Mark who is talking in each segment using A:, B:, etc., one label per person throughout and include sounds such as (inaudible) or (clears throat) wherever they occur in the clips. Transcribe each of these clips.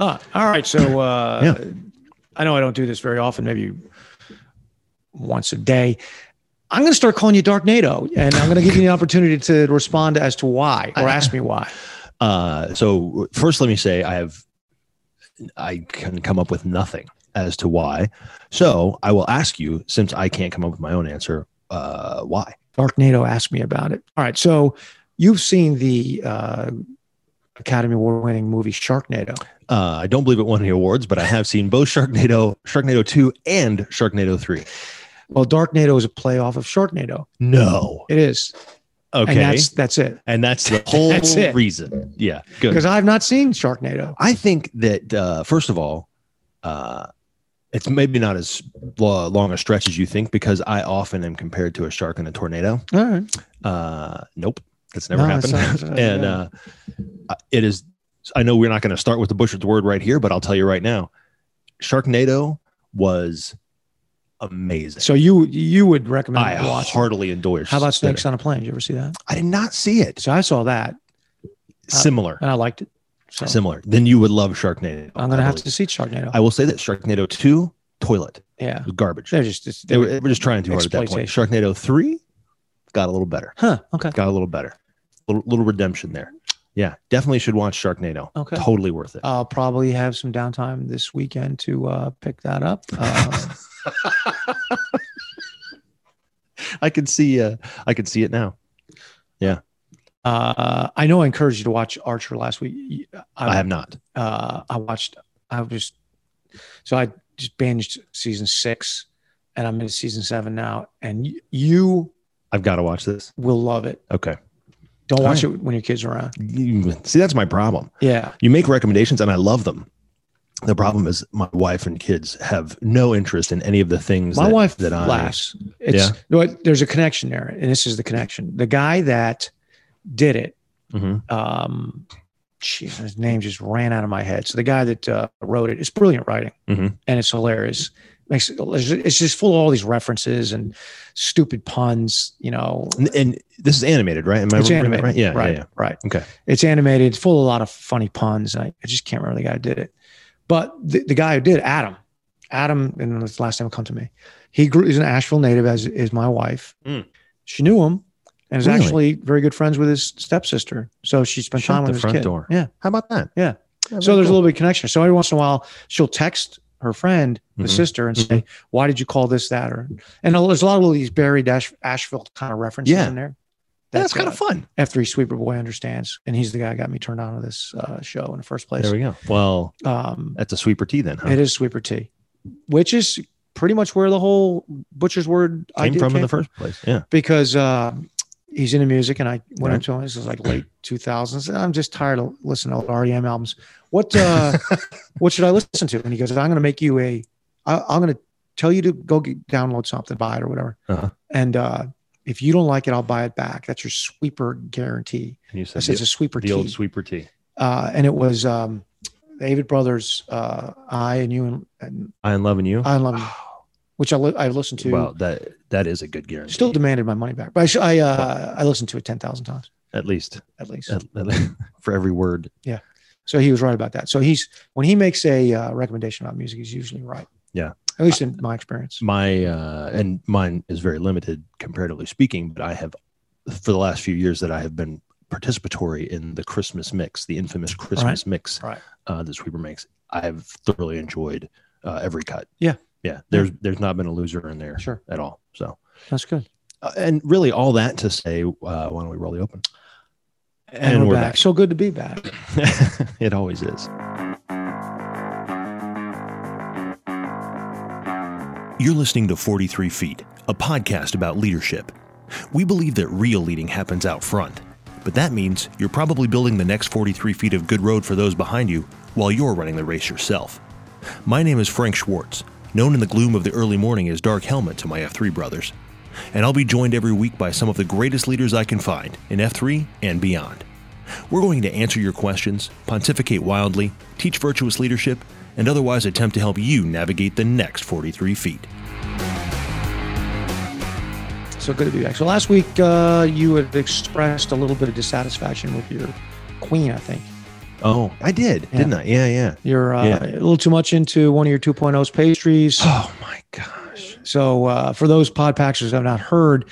A: Ah, all right. So uh,
B: Yeah.
A: I know I don't do this very often, maybe once a day. I'm going to start calling you Dark NATO, and I'm going to give you the opportunity to respond as to why or ask me (laughs) why.
B: Uh, so first, let me say I have I can come up with nothing as to why. So I will ask you, since I can't come up with my own answer, uh, why?
A: Dark NATO asked me about it. All right. So you've seen the uh, Academy Award winning movie Sharknado.
B: Uh, I don't believe it won any awards, but I have seen both Sharknado, Sharknado two, and Sharknado three.
A: Well, Dark NATO is a play off of Sharknado.
B: No,
A: It is.
B: okay,
A: And that's, that's it.
B: the whole
A: (laughs) That's it.
B: reason. Yeah, good.
A: Because I've not seen Sharknado.
B: I think that uh, first of all, uh, it's maybe not as lo- long a stretch as you think because I often am compared to a shark in a tornado.
A: All right.
B: Uh, nope, that's never
A: No,
B: happened.
A: it's
B: (laughs)
A: not- uh,
B: and
A: yeah.
B: uh, it is. I know we're not going to start with the Bushard's word right here, but I'll tell you right now, Sharknado was amazing.
A: so you you would recommend
B: I
A: watch. it.
B: heartily endorse.
A: How about
B: that.
A: Snakes on a Plane? Did you ever see that?
B: I did not see it.
A: So I saw that
B: similar,
A: and I liked it. So
B: similar. Then you would love Sharknado.
A: I'm going
B: I
A: to have
B: believe.
A: to see Sharknado.
B: I will say that Sharknado two toilet
A: yeah.
B: was garbage.
A: They're just, it's,
B: They were, they were just trying too hard at that point.
A: Exploitation.
B: Sharknado three got a little better.
A: huh. Okay.
B: Got a little better. Little, little redemption there. Yeah, definitely should watch Sharknado.
A: Okay.
B: Totally worth it.
A: I'll probably have some downtime this weekend to uh, pick that
B: (laughs)
A: up. Uh,
B: I can see. Uh, I can see it now.
A: uh, I know I encouraged you to watch Archer last week.
B: I, have not.
A: uh, I watched. I was just so I just binged season six, and I'm in season seven now. And y- you
B: I've got to watch this.
A: will love it.
B: Okay.
A: Don't
B: All
A: watch it when your kids are around.
B: You- see, that's my problem.
A: Yeah,
B: You make recommendations, and I love them. The problem is my wife and kids have no interest in any of the things.
A: my
B: that,
A: wife
B: that I
A: laughs. It's but there's a connection there, and this is the connection. The guy that did it,
B: Mhm.
A: um, geez, his name just ran out of my head. So the guy that uh, wrote it, it's brilliant writing,
B: Mhm.
A: and it's hilarious. Makes it, it's just full of all these references and stupid puns. You know,
B: And, and this is animated, right? Am I
A: it's
B: remembering
A: animated.
B: that Right? Yeah, yeah,
A: right,
B: yeah.
A: right.
B: Okay.
A: It's animated. It's full of a lot of funny puns. And I, I just can't remember the guy who did it. But the, the guy who did it, Adam, Adam, and his last name will come to me. He grew, he's an Asheville native, as is my wife.
B: Mm.
A: She knew him and is
B: Really?
A: actually very good friends with his stepsister. So she spent
B: Shut
A: time
B: the
A: with his
B: front
A: kid.
B: door.
A: Yeah.
B: How about that?
A: Yeah.
B: Yeah,
A: So
B: very
A: there's a
B: cool.
A: little bit of connection. So every once in a while, she'll text her friend, the
B: Mhm.
A: sister, and say, "Why did you call this that?" Or and there's a lot of these buried Ash, Asheville kind of references
B: Yeah.
A: in there.
B: That's kind
A: uh,
B: of fun.
A: F3 Sweeper Boy understands, and he's the guy who got me turned on to this uh, show in the first place.
B: There we go. Well,
A: Um,
B: That's a sweeper tea then, huh?
A: It is Sweeper Tea, which is pretty much where the whole Butcher's Word
B: came
A: idea
B: from in the first place. Yeah.
A: because uh, he's into music, and I went
B: Right.
A: into him. This was like late 2000s. and I'm just tired of listening to old REM E albums. What
B: (laughs)
A: uh, what should I listen to? And he goes, I'm going to make you a, I, I'm going to tell you to go get, download something, buy it or whatever.
B: Uh-huh.
A: And uh, if you don't like it, I'll buy it back. That's your sweeper guarantee.
B: And you
A: I
B: said
A: said it's
B: the,
A: a sweeper
B: the
A: tea
B: old sweeper tea.
A: uh, and it was um, the Avid Brothers, uh, I and you and, and
B: I am loving you.
A: I love you, which I, li- I listened to.
B: well, that that is a good guarantee.
A: still demanded my money back, but I sh- I, uh, I listened to it ten thousand times
B: at least
A: at least.
B: at- at- uh, (laughs) for every word.
A: so he was right about that. So he's when he makes a uh, recommendation about music, he's usually right.
B: Yeah.
A: at least in my experience.
B: My uh, and mine is very limited comparatively speaking, but I have for the last few years that I have been participatory in the Christmas mix, the infamous Christmas mix
A: Right.
B: uh, that Sweeper makes. I've thoroughly enjoyed uh, every cut.
A: Yeah.
B: Yeah. There's there's not been a loser in there
A: Sure,
B: at all. So
A: that's good.
B: uh, and really all that to say, uh, why don't we roll the open? And we're back.
A: So good to be back.
B: (laughs) it always is.
C: You're listening to 43 Feet, a podcast about leadership. We believe that real leading happens out front, but that means you're probably building the next 43 feet of good road for those behind you while you're running the race yourself. My name is Frank Schwartz, known in the gloom of the early morning as Dark Helmet to my F3 brothers, and I'll be joined every week by some of the greatest leaders I can find in F3 and beyond. We're going to answer your questions, pontificate wildly, teach virtuous leadership, and otherwise attempt to help you navigate the next 43 feet.
A: So good to be back. So last week, uh, you had expressed a little bit of dissatisfaction with your queen, I think.
B: Oh, I did,
A: Yeah.
B: didn't I? Yeah, yeah.
A: You're uh,
B: Yeah.
A: a little too much into one of your 2.0's
B: (laughs)
A: pastries.
B: Oh my gosh.
A: So uh, for those pod packers that have not heard,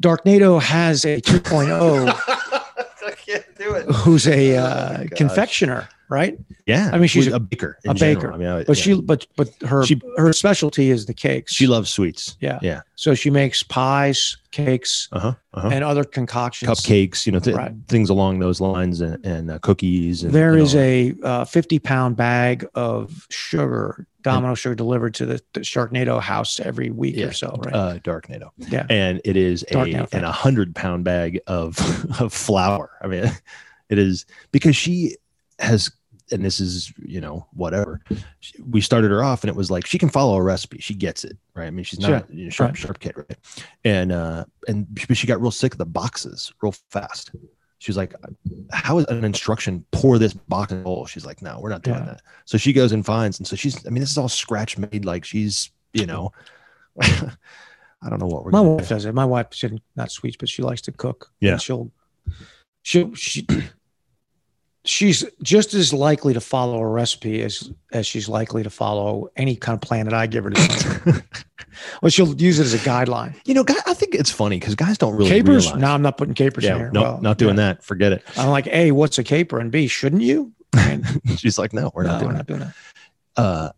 A: Darknado has a
B: (laughs)
A: 2.0
B: (laughs) I can't do it.
A: who's a
B: Oh,
A: uh,
B: my gosh.
A: confectioner, right?
B: Yeah.
A: I mean, she's
B: With
A: a-
B: baker.
A: a
B: in general.
A: baker.
B: I mean, I-
A: But
B: yeah.
A: she but but her
B: She-
A: her specialty is the cakes.
B: she loves sweets.
A: yeah.
B: Yeah.
A: So she makes pies, cakes,
B: Uh huh. Uh huh.
A: and other concoctions.
B: Cupcakes, you know, th-
A: Right.
B: things along those lines, and, and uh, cookies. And,
A: There
B: and
A: is
B: all
A: a uh, 50 pound bag of sugar, domino sugar, delivered to the, the Sharknado house every week
B: Yeah.
A: or so, right?
B: uh, dark NATO.
A: Yeah.
B: And it is
A: Dark
B: a
A: NATO,
B: an
A: thank
B: a hundred pound bag of (laughs) of flour. I mean, (laughs) it is because she has, and this is you know whatever. She, we started her off, and it was like she can follow a recipe. She gets it right. I mean, she's not you know, sharp
A: Right.
B: sharp kid, right? And uh, and she, but she got real sick of the boxes real fast. She was like, "How is an instruction pour this box in a bowl?" She's like, "No, we're not doing
A: Yeah.
B: that." So she goes and finds, and so she's. I mean, this is all scratch made. Like she's, you know, (laughs) I don't know what we're.
A: My
B: gonna
A: wife
B: do.
A: does it. My wife, she, not sweets, but she likes to cook.
B: Yeah.
A: And she'll, she'll, she, (clears throat) she's just as likely to follow a recipe as, as she's likely to follow any kind of plan that I give her.
B: (laughs)
A: To well, she'll use it as a guideline.
B: You know, guy, I think it's funny because guys don't really
A: capers?
B: realize-
A: No, I'm not putting capers in
B: yeah,
A: here.
B: no,
A: Well,
B: not doing that. Forget it.
A: I'm like, A, what's a caper? And B, shouldn't you? I mean,
B: (laughs) She's like, no, we're
A: no,
B: not doing
A: we're
B: it.
A: not doing that.
B: Uh,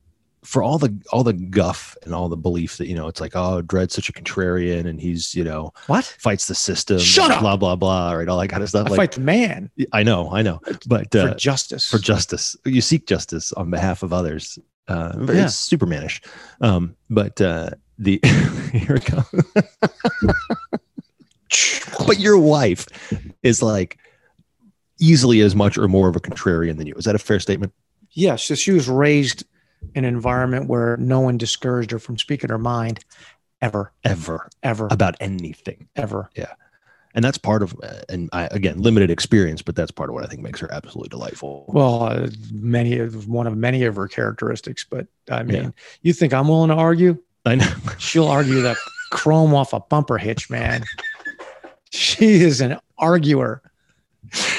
B: for all the all the guff and all the belief that you know, it's like, oh, Dred's such a contrarian, and he's you know
A: What?
B: fights the system.
A: Shut up!
B: Blah blah blah. Right, all that kind of
A: I
B: stuff. like,
A: fight the man
B: I know, I know, but
A: (laughs)
B: uh,
A: for justice.
B: for justice. You seek justice on behalf of others. Uh, very
A: Yeah.
B: Supermanish. Um, but uh, the (laughs) here it comes. but your wife is like easily as much or more of a contrarian than you. Is that a fair statement?
A: yeah, so she was raised in an environment where no one discouraged her from speaking her mind ever,
B: Ever
A: ever,
B: about anything,
A: ever.
B: and that's part of. uh, And I again limited experience, but that's part of what I think makes her absolutely delightful.
A: Well, uh, many of one of many of her characteristics, but I mean,
B: Yeah.
A: you think I'm willing to argue?
B: I know.
A: She'll argue the (laughs) chrome off a bumper hitch, man. she is an arguer.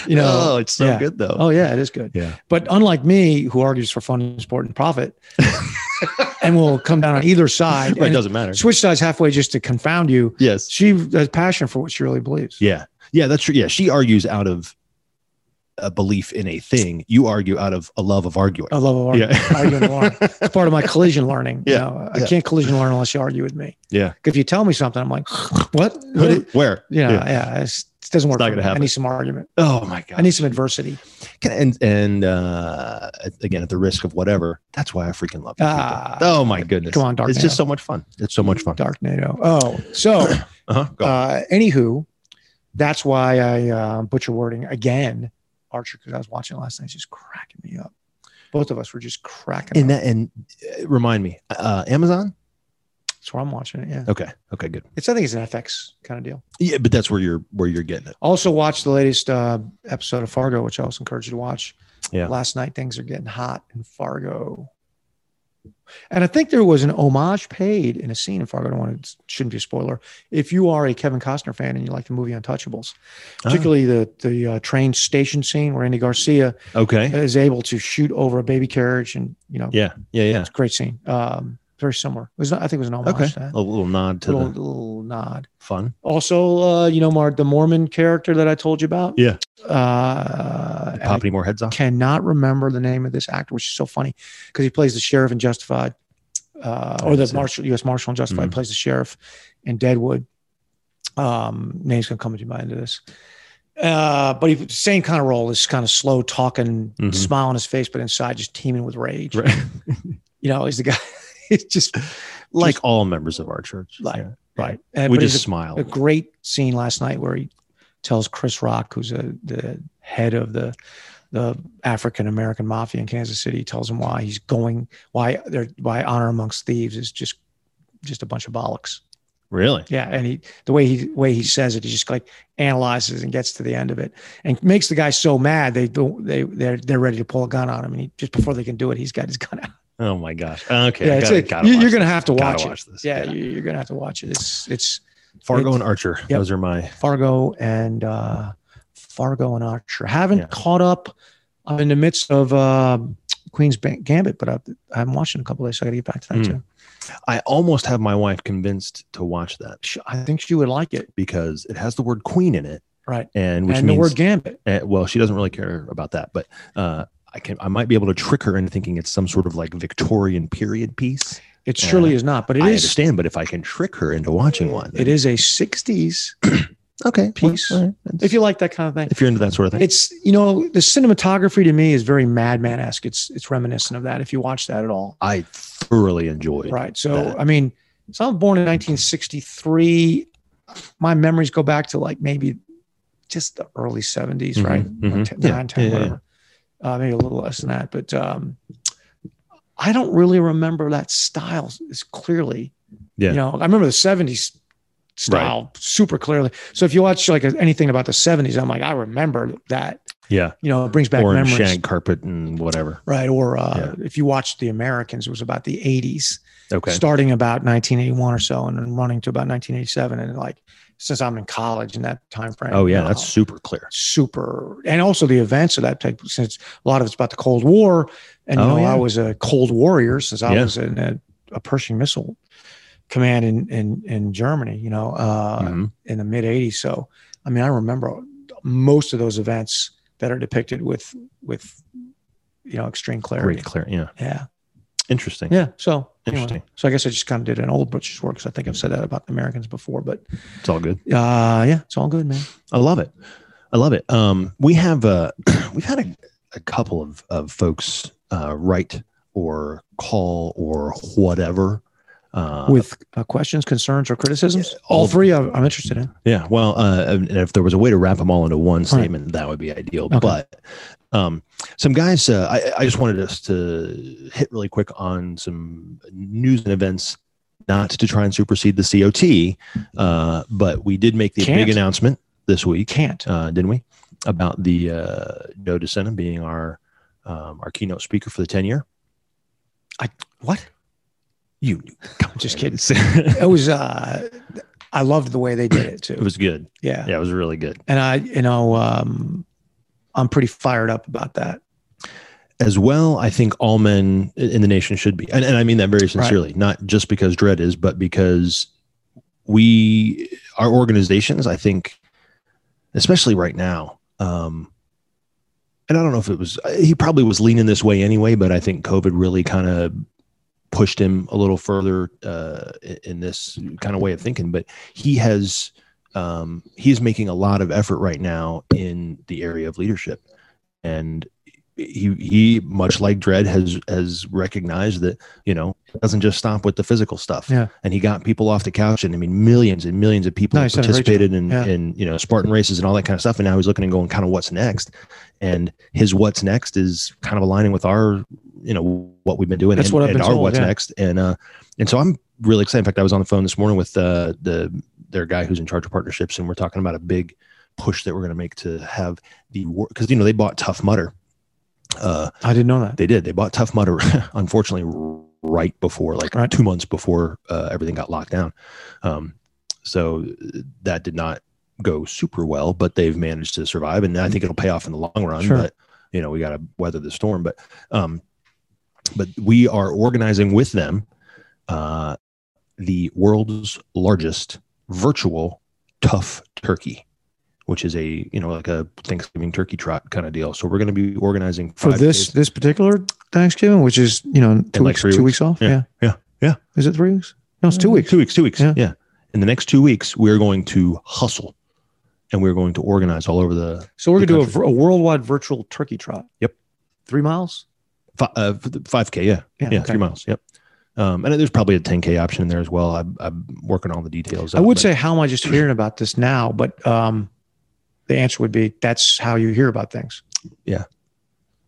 A: You know,
B: oh, it's so
A: yeah.
B: good though.
A: Oh yeah, it is good.
B: Yeah.
A: But unlike me, who argues for fun, sport, and
B: (laughs)
A: profit, and will come down on either side,
B: Well, it
A: and
B: doesn't matter.
A: switch sides halfway just to confound you.
B: Yes.
A: She has passion for what she really believes.
B: Yeah. Yeah, that's true. Yeah, she argues out of a belief in a thing. You argue out of a love of arguing.
A: I love arguing. arguing and learning. It's part of my collision learning. you
B: Yeah.
A: know. I
B: Yeah.
A: can't collision learn unless you argue with me.
B: Yeah.
A: If you tell me something, I'm like, (laughs) what? what?
B: yeah.
A: is-
B: Where?
A: You know, yeah, it's, it doesn't work.
B: not
A: for
B: gonna
A: me. I
B: happen.
A: need some argument.
B: Oh my god.
A: I need some adversity.
B: Can- and and uh again at the risk of whatever. That's why I freaking love you. people.
A: Ah.
B: oh my goodness.
A: Come on, Dark
B: It's
A: Knight.
B: just so much fun. It's so much fun.
A: Dark NATO. Oh, so
B: Uh-huh. Go.
A: uh, anywho, that's why I uh, butcher wording again, Archer, because I was watching it last night, It's just cracking me up. Both of us were just cracking.
B: and
A: up.
B: that and uh, remind me. Uh Amazon?
A: that's where I'm watching it. Yeah,
B: Okay. Okay, good.
A: it's I think it's an FX kind of deal.
B: Yeah, but that's where you're where you're getting it.
A: Also, watch the latest uh, episode of Fargo, which I also encourage you to watch.
B: Yeah.
A: Last night, things are getting hot in Fargo. And I think there was an homage paid in a scene in Fargo. I don't want to, shouldn't be a spoiler. If you are a Kevin Costner fan and you like the movie Untouchables,
B: Ah.
A: particularly the the uh, train station scene where Andy Garcia
B: Ah, okay.
A: is able to shoot over a baby carriage, and you know,
B: Yeah. Yeah, yeah.
A: it's a great scene. Um, very similar. It was not, I think it was an homage
B: Okay.
A: to that.
B: A little nod to
A: little,
B: the
A: little nod.
B: fun.
A: Also, uh, you know, Mark, the Mormon character that I told you about.
B: Yeah.
A: Uh,
B: Pop
A: I
B: any more heads off?
A: cannot remember the name of this actor, which is so funny because he plays the sheriff in Justified, uh, or the
B: Oh, That's it.
A: marshal, U.S. Marshal in Justified,
B: Mhm.
A: plays the sheriff in Deadwood. Um, name's gonna come to mind of this. Uh, but he same kind of role, this kind of slow talking,
B: Mhm.
A: smile on his face, but inside just teeming with rage.
B: Right.
A: (laughs) You know, he's the guy. (laughs) It's just
B: like all members of our church.
A: Like,
B: Yeah.
A: right. And,
B: we
A: uh, but he's
B: just
A: a-
B: smile.
A: a great scene last night where he tells Chris Rock, who's a, the head of the the African American mafia in Kansas City, he tells him why he's going, why they're why honor amongst thieves is just just a bunch of bollocks.
B: really?
A: Yeah, and he the way he way he says it, he just like analyzes and gets to the end of it, and makes the guy so mad they don't they they're they're ready to pull a gun on him, and he just before they can do it, he's got his gun out.
B: Oh my gosh. Okay.
A: yeah,
B: I
A: it's
B: gotta,
A: like,
B: gotta
A: you-
B: watch
A: you're gonna
B: this.
A: have to
B: Gotta
A: watch, it.
B: this.
A: Yeah, you- you're gonna have to watch it. It's it's
B: Fargo
A: it's-
B: and Archer.
A: Yep.
B: Those are my.
A: Fargo and uh, Fargo and Archer. Haven't
B: Yeah.
A: caught up I'm in the midst of um, Queen's Ban- Gambit, but I've, I haven't watched it in a couple days, so I got to get back to that
B: Mm.
A: too.
B: I almost have my wife convinced to watch that
A: Sh- I think she would like it,
B: because it has the word queen in it,
A: right?
B: and which
A: and
B: means
A: the word Gambit.
B: Uh, well, she doesn't really care about that, but uh, I can I might be able to trick her into thinking it's some sort of like Victorian period piece.
A: It
B: Yeah.
A: surely is not, but it
B: I
A: is.
B: understand, but if I can trick her into watching one,
A: It is a '60s.
B: okay
A: piece.
B: Well, all right. That's-
A: If you like that kind of thing,
B: if you're into that sort of thing,
A: it's you know the cinematography to me is very Madman esque. It's it's reminiscent of that if you watch that at all,
B: I thoroughly enjoyed.
A: right? So
B: that.
A: I mean, so I'm born in 1963. My memories go back to like maybe just the early 70s, right?
B: Mhm, mhm.
A: Like 10,
B: Yeah,
A: 9, 10,
B: yeah, yeah,
A: whatever. Uh, maybe a little less than that, but um, I don't really remember that style as clearly.
B: Yeah.
A: you know, I remember the 70s style super clearly. So if you watch like anything about the 70s, I'm like, I remember that
B: Yeah,
A: you know, it brings back
B: orange
A: memories.
B: shag carpet and whatever.
A: Right. Or uh, if you watched The Americans, it was about the 80s,
B: Okay,
A: starting about 1981 or so and then running to about 1987. And like, since I'm in college in that time frame.
B: oh yeah,
A: you know,
B: that's super clear.
A: super. And also the events of that type, since a lot of it's about the Cold War. And, you
B: Oh,
A: know,
B: yeah.
A: I was a Cold Warrior since I
B: Yeah.
A: was in a, a Pershing Missile Command in, in, in Germany, you know, uh,
B: Mhm.
A: in the mid 80s so i mean i remember most of those events that are depicted with with you know extreme clarity
B: Great, clear. Yeah,
A: yeah
B: interesting.
A: yeah so anyway,
B: Interesting.
A: so i guess i just kind of did an old butcher's work because i think i've said that about the americans before but
B: It's all good.
A: uh yeah it's all good man
B: I love it. I love it. Um, we have uh, (clears throat) we've had a, a couple of of folks uh, write or call or whatever. Uh,
A: with uh, questions concerns or criticisms
B: Yeah, all
A: all
B: of
A: three I'm, I'm interested in
B: yeah, well, uh, and if there was a way to wrap them all into one statement, that would be ideal.
A: Okay.
B: But um, some guys, uh, I, I just wanted us to hit really quick on some news and events, not to try and supersede the COT, uh, but we did make the big
A: Can't.
B: announcement this week. (laughs)
A: can't
B: uh, didn't we? About the uh, Joe DeSena being our um, our keynote speaker for the ten year.
A: I- what?
B: You
A: (laughs) Just
B: man.
A: kidding. it was uh i loved the way they did
B: (clears throat)
A: it too
B: it was good.
A: yeah.
B: Yeah, it was really good.
A: and i you know um i'm pretty fired up about that
B: As well, I think all men i- in the nation should be, and, and I mean that very sincerely. Not just because Dread is, but because we, our organizations, I think, especially right now. Um, and I don't know if it was uh, he probably was leaning this way anyway, but I think COVID really kind of pushed him a little further uh, i- in this kind of way of thinking. But he has um, he's making a lot of effort right now in the area of leadership, and he he much like Dredd has has recognized that you know it doesn't just stop with the physical stuff.
A: Yeah.
B: and he got people off the couch, and I mean millions and millions of people
A: No, he's done a great job.
B: participated in
A: Yeah.
B: in you know Spartan races and all that kind of stuff. And now he's looking and going, kind of what's next, and his what's next is kind of aligning with our you know what we've been doing
A: That's
B: and,
A: what I've
B: and
A: been
B: our
A: told,
B: what's
A: yeah.
B: next and uh and so i'm really excited in fact i was on the phone this morning with uh the their guy who's in charge of partnerships and we're talking about a big push that we're going to make to have the because you know they bought tough mutter uh
A: i didn't know that
B: they did they bought tough mutter (laughs) unfortunately right before like
A: Right.
B: two months before uh, everything got locked down um so uh, that did not go super well but they've managed to survive and i think it'll pay off in the long run
A: Sure.
B: but you know we got to weather the storm but um but we are organizing with them uh the world's largest virtual tough turkey which is a you know like a thanksgiving turkey trot kind of deal so we're going to be organizing
A: for
B: five
A: this
B: days-
A: this particular Thanksgiving, which is you know two
B: like
A: weeks,
B: three
A: two weeks,
B: weeks.
A: off.
B: Yeah,
A: Yeah.
B: yeah, yeah.
A: Is it three weeks? No, Oh, it's two weeks.
B: Two weeks. Two weeks. Yeah.
A: Yeah.
B: In the next two weeks, we're going to hustle, and we're going to organize all over the
A: So we're
B: The
A: gonna do
B: country.
A: a, a worldwide virtual turkey trot.
B: Yep.
A: Three miles.
B: five uh, five k. Yeah. Yeah.
A: okay.
B: Three miles. Yep. Um, and there's probably a 10k option in there as well. I'm, I'm working on the details.
A: I
B: out,
A: would
B: but
A: say, how am I just hearing about this now? But um, the answer would be that's how you hear about things.
B: Yeah.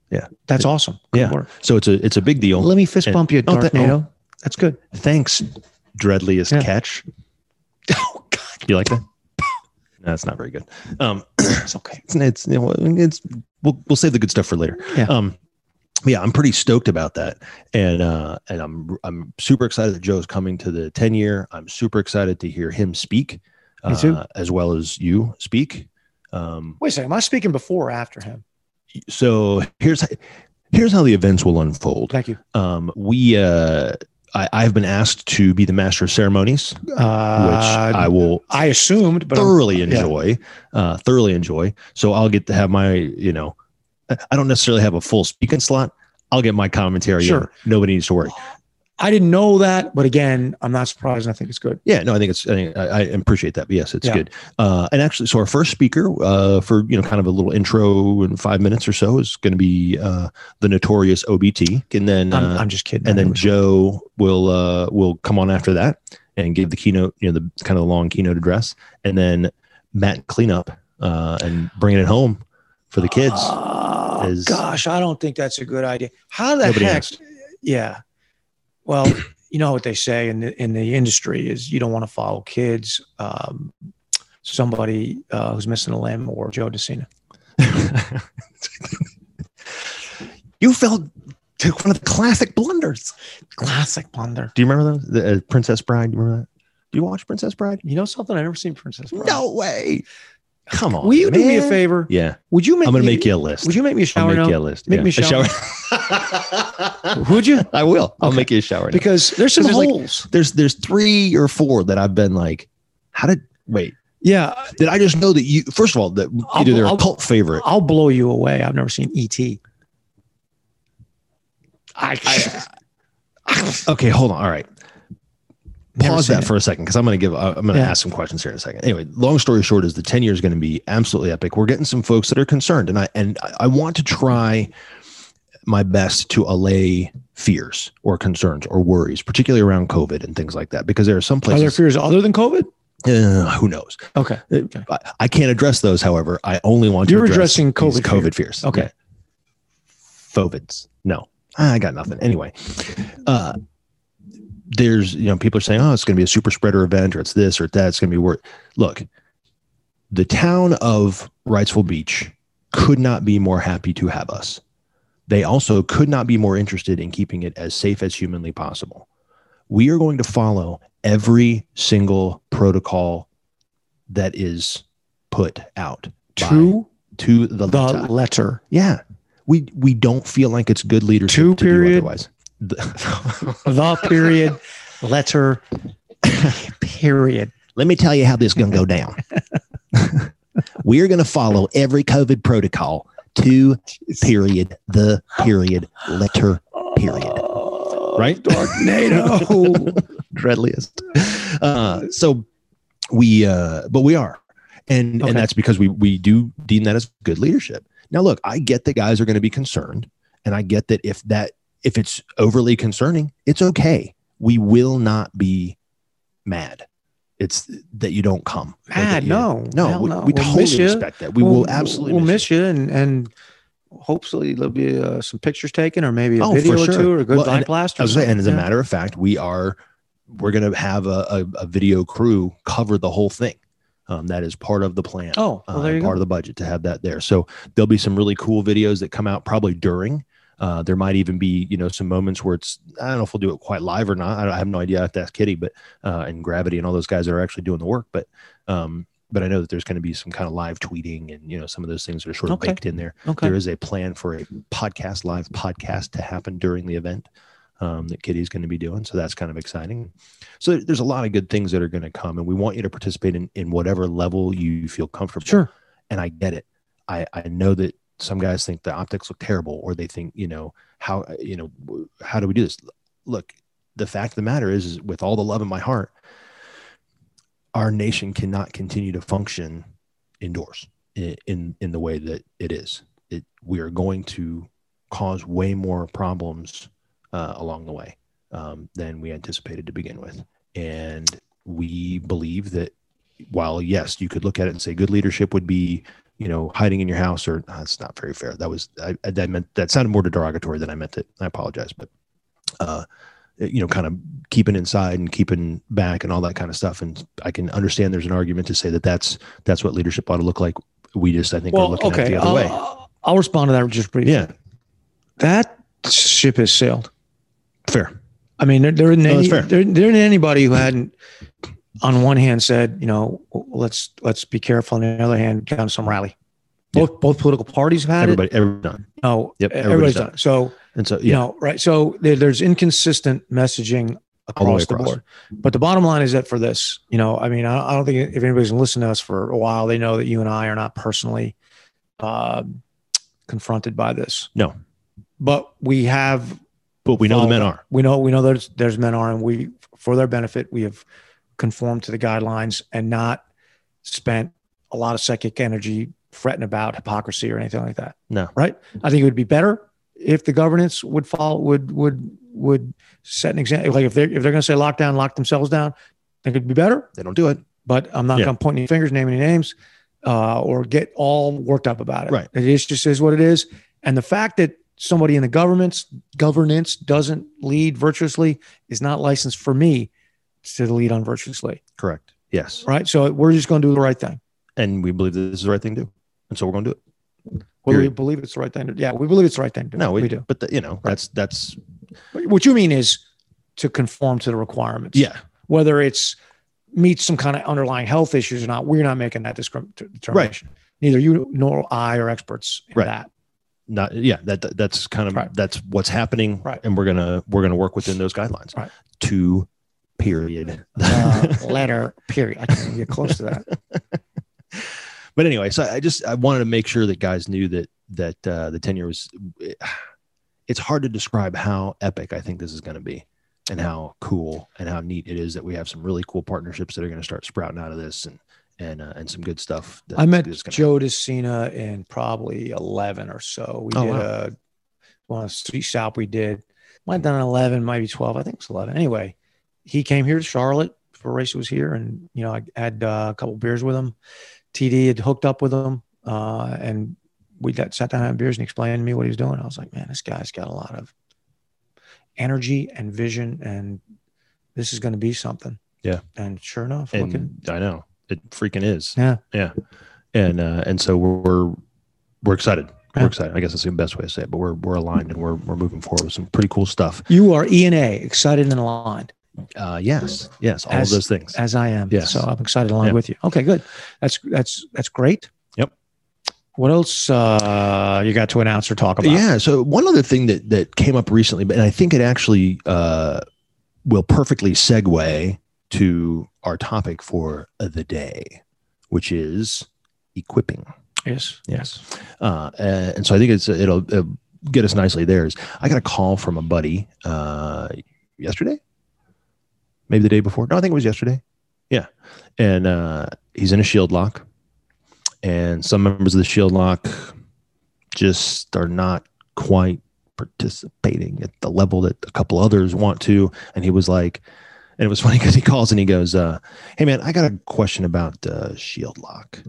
B: Yeah.
A: That's awesome.
B: Yeah.
A: work.
B: so. It's a it's a big deal.
A: Let me fist
B: And-
A: bump you,
B: Oh,
A: Dark
B: that- oh.
A: Nato. That's good.
B: Thanks, Dreadliest
A: Yeah.
B: catch.
A: (laughs) Oh God,
B: You like that? No, that's not very good. Um, (clears throat)
A: it's okay.
B: it's it's, you know, it's we'll, we'll save the good stuff for later.
A: Yeah.
B: Um, yeah, I'm pretty stoked about that, and uh, and I'm I'm super excited that Joe's coming to the 10 year. I'm super excited to hear him speak,
A: Me too.
B: Uh, as well as you speak. Um,
A: Wait a second. Am I speaking before or after him?
B: so here's here's how the events will unfold.
A: Thank you.
B: Um, we uh, I, I've been asked to be the master of ceremonies, which
A: Uh,
B: I will
A: I assumed, but I'm-
B: thoroughly
A: yeah.
B: enjoy, uh, thoroughly enjoy. So I'll get to have my, you know, I- I don't necessarily have a full speaking slot. I'll get my commentary. in.
A: Sure.
B: Nobody needs to worry.
A: I didn't know that, but again, I'm not surprised. and I think it's good.
B: Yeah, no, I think it's. I, think- I I appreciate that. But yes, it's
A: Yeah.
B: good. Uh, and actually, so our first speaker uh, for you know kind of a little intro in five minutes or so is going to be uh, the notorious OBT, and then
A: I'm,
B: uh,
A: I'm just kidding.
B: and
A: I
B: then
A: know.
B: Joe will uh, will come on after that and give the keynote, you know, the kind of the long keynote address, and then Matt cleanup uh, and bringing it home for
A: (gasps)
B: the kids.
A: Oh,
B: is-
A: gosh, I don't think that's a good idea. How the
B: Nobody
A: heck?
B: asked.
A: Yeah. Well, you know what they say in the in the industry is you don't want to follow kids. Um, somebody uh, who's missing a limb or Joe DeCina.
B: you fell to one of the classic blunders.
A: Classic blunder.
B: Do you remember those? The uh, Princess Bride. Do you remember that? Do you watch Princess Bride?
A: You know something? I've never seen Princess. Bride.
B: No way. Come on.
A: Will you do me a
B: man.
A: favor?
B: Yeah,
A: Would you make?
B: I'm gonna
A: me,
B: make you a list.
A: Would you make me a
B: I'll
A: shower
B: make
A: now?
B: you a list.
A: Make
B: yeah.
A: me a shower. (laughs) Would you?
B: (laughs) I will. I'll
A: Okay.
B: make you a shower. now.
A: Because there's some
B: Because there's like-
A: holes.
B: (laughs) there's there's three or four that I've been like, how did wait?
A: yeah,
B: Did I just know that you? First of all, that
A: I'll-
B: either they're a
A: I'll-
B: cult favorite.
A: I'll blow you away. I've never seen ET. I,
B: okay, hold on. All right,
A: Never
B: (laughs) pause
A: seen
B: that
A: it.
B: for a second because I'm gonna give I'm gonna
A: Yeah.
B: ask some questions here in a second. Anyway, long story short is the ten year is gonna be absolutely epic. We're getting some folks that are concerned, and I and I- I want to try my best to allay fears or concerns or worries, particularly around COVID and things like that, because there are some
A: Are there
B: places.
A: fears other than COVID?
B: Uh, who knows?
A: Okay.
B: I, I can't address those. However, I only want
A: You're
B: to address
A: addressing
B: these
A: COVID
B: COVID fears.
A: Okay.
B: Yeah. Fovids. No, I got nothing. Anyway, uh, there's you know people are saying, oh, it's going to be a super spreader event, or it's this, or it's that. It's going to be worth. Look, the town of Wrightsville Beach could not be more happy to have us. They also could not be more interested in keeping it as safe as humanly possible. We are going to follow every single protocol that is put out by-
A: To
B: to the,
A: the
B: letter.
A: letter.
B: Yeah, we we don't feel like it's good leadership
A: Two
B: to
A: period.
B: do otherwise. The- (laughs)
A: The (laughs) period. letter. Period.
B: Let me tell you how this going to go down. (laughs) we are going to follow every COVID protocol to period the period letter Period. Right?
A: Oh, Tornado.
B: (laughs) dreadliest. Uh, so we, uh, but we are, and
A: Okay.
B: and that's because we we do deem that as good leadership. Now, look, I get that guys are going to be concerned, and I get that if that if it's overly concerning, it's okay. We will not be mad. It's that you don't come. or
A: Mad?
B: that you-
A: No.
B: no,
A: Hell
B: we,
A: no. We'll
B: we totally
A: miss you.
B: respect that. We
A: We'll-
B: will absolutely
A: We'll
B: miss you.
A: miss you, and and hopefully there'll be uh, some pictures taken, or maybe a
B: Oh,
A: video
B: for
A: or
B: sure.
A: two, or a good
B: Well,
A: well,
B: and-
A: blast. Or
B: I was saying,
A: something.
B: and as a
A: Yeah.
B: matter of fact, we are we're going to have a, a, a video crew cover the whole thing. Um, that is part of the plan.
A: Oh, well,
B: uh,
A: there you go.
B: part of the budget to have that there. So there'll be some really cool videos that come out probably during. Uh, there might even be you know some moments where it's I don't know if we'll do it quite live or not. I, don't- I have no idea. I have to ask Kitty, but uh, and Gravity and all those guys that are actually doing the work. But um, but I know that there's going to be some kind of live tweeting and you know some of those things that are sort of
A: Okay.
B: baked in there
A: Okay.
B: there is a plan for a podcast live podcast to happen during the event um, that kitty's going to be doing so that's kind of exciting so there- there's a lot of good things that are going to come and we want you to participate in, in whatever level you feel comfortable
A: Sure.
B: and i get it I, I know that some guys think the optics look terrible or they think you know how you know w- how do we do this look the fact of the matter is, is with all the love in my heart our nation cannot continue to function indoors i- in in the way that it is it we are going to cause way more problems uh, along the way um, than we anticipated to begin with and we believe that while yes you could look at it and say good leadership would be you know hiding in your house or "Ah, that's not very fair that was I, I- that meant that sounded more derogatory than i meant it i apologize but uh you know kind of keeping inside and keeping back and all that kind of stuff and i can understand there's an argument to say that that's that's what leadership ought to look like we just i think are
A: Well,
B: looking at it
A: okay.
B: the other
A: I'll,
B: way
A: I'll respond to that just briefly.
B: yeah
A: That ship has sailed.
B: fair
A: I mean, there, there isn't
B: No,
A: any,
B: that's fair.
A: there, there isn't anybody who hadn't, on one hand, said, you know, let's let's be careful. On the other hand, down some rally. Both both political parties have had
B: Everybody, every done.
A: it. No,
B: Yep,
A: everybody's,
B: everybody's
A: done.
B: done.
A: it. So
B: And so,
A: you
B: yeah,
A: know, right? So there, there's inconsistent messaging
B: all the way
A: across the,
B: across.
A: board. But the bottom line is that for this, you know, I mean, I, I don't think if anybody's listened to us for a while, they know that you and I are not personally um confronted by this.
B: No.
A: but we have.
B: But we know the
A: followed
B: men
A: up.
B: are.
A: We know we know there's there's men are, and we for their benefit, we have conformed to the guidelines and not spent a lot of psychic energy fretting about hypocrisy or anything like that.
B: No.
A: Right. I think it would be better if the governance would follow would would would set an example. Like if they're if they're gonna say lockdown, lock themselves down, I think it'd be better.
B: They don't do it.
A: But I'm not
B: Yeah.
A: gonna point any fingers, name any names, uh, or get all worked up about it.
B: Right.
A: It is just is what it is. And the fact that somebody in the government's governance doesn't lead virtuously is not licensed for me to lead unvirtuously.
B: Correct. Yes.
A: Right. So we're just gonna do the right thing.
B: And we believe that this is the right thing to do. And so we're going to do it.
A: Whether we
B: Period.
A: believe it's the right thing to Yeah, we believe it's the right thing to do.
B: No,
A: we,
B: we,
A: do.
B: But, the, you know, that's, that's,
A: What you mean is to conform to the requirements.
B: yeah.
A: Whether it's meets some kind of underlying health issues or not, we're not making that discrim- t- determination. Neither you nor I are experts in
B: Right.
A: that.
B: Not, yeah. That, that- that's kind of,
A: Right.
B: that's what's happening.
A: Right.
B: And we're going to, we're going to work within those guidelines.
A: Right.
B: To period.
A: Uh, letter, period. I can't even get close to that.
B: but anyway, so I just I wanted to make sure that guys knew that that uh, the tenure was. It's hard to describe how epic I think this is going to be, and how cool and how neat it is that we have some really cool partnerships that are going to start sprouting out of this, and and uh, and some good stuff. That
A: I met
B: is gonna
A: Joe DeCina in probably 11 or so. We
B: Oh,
A: did
B: wow.
A: a one of the street shop we did. Might have done 11, might be 12. I think it's 11. Anyway, he came here to Charlotte for a race was here. And, you know, I had uh, a couple beers with him. TD had hooked up with him. Uh, and we got sat down and had beers and he explained to me what he was doing. I was like, man, this guy's got a lot of energy and vision. And this is going to be something.
B: Yeah.
A: And sure enough,
B: and
A: looking,
B: I know it freaking is.
A: Yeah.
B: yeah, and uh, and so we're we're excited.
A: Yeah.
B: We're excited. I guess that's the best way to say it. But we're we're aligned and we're we're moving forward with some pretty cool stuff.
A: you are E and A, excited and aligned.
B: Uh, yes, yes, all
A: As-
B: of those things.
A: as I am.
B: Yes.
A: So I'm excited along
B: Yeah.
A: with you. Okay, good. That's that's that's great.
B: Yep.
A: What else uh, you got to announce or talk about?
B: Yeah. So one other thing that that came up recently, but and I think it actually uh, will perfectly segue to our topic for the day, which is equipping.
A: Yes.
B: Yes. Uh, and so I think it's it'll, uh get us nicely there. Is I got a call from a buddy uh, yesterday, maybe the day before. No, I think it was yesterday. Yeah, and uh, he's in a shield lock, and some members of the shield lock just are not quite participating at the level that a couple others want to. And he was like, and it was (laughs) funny because he calls and he goes, uh, "Hey man, I got a question about uh, shield lock."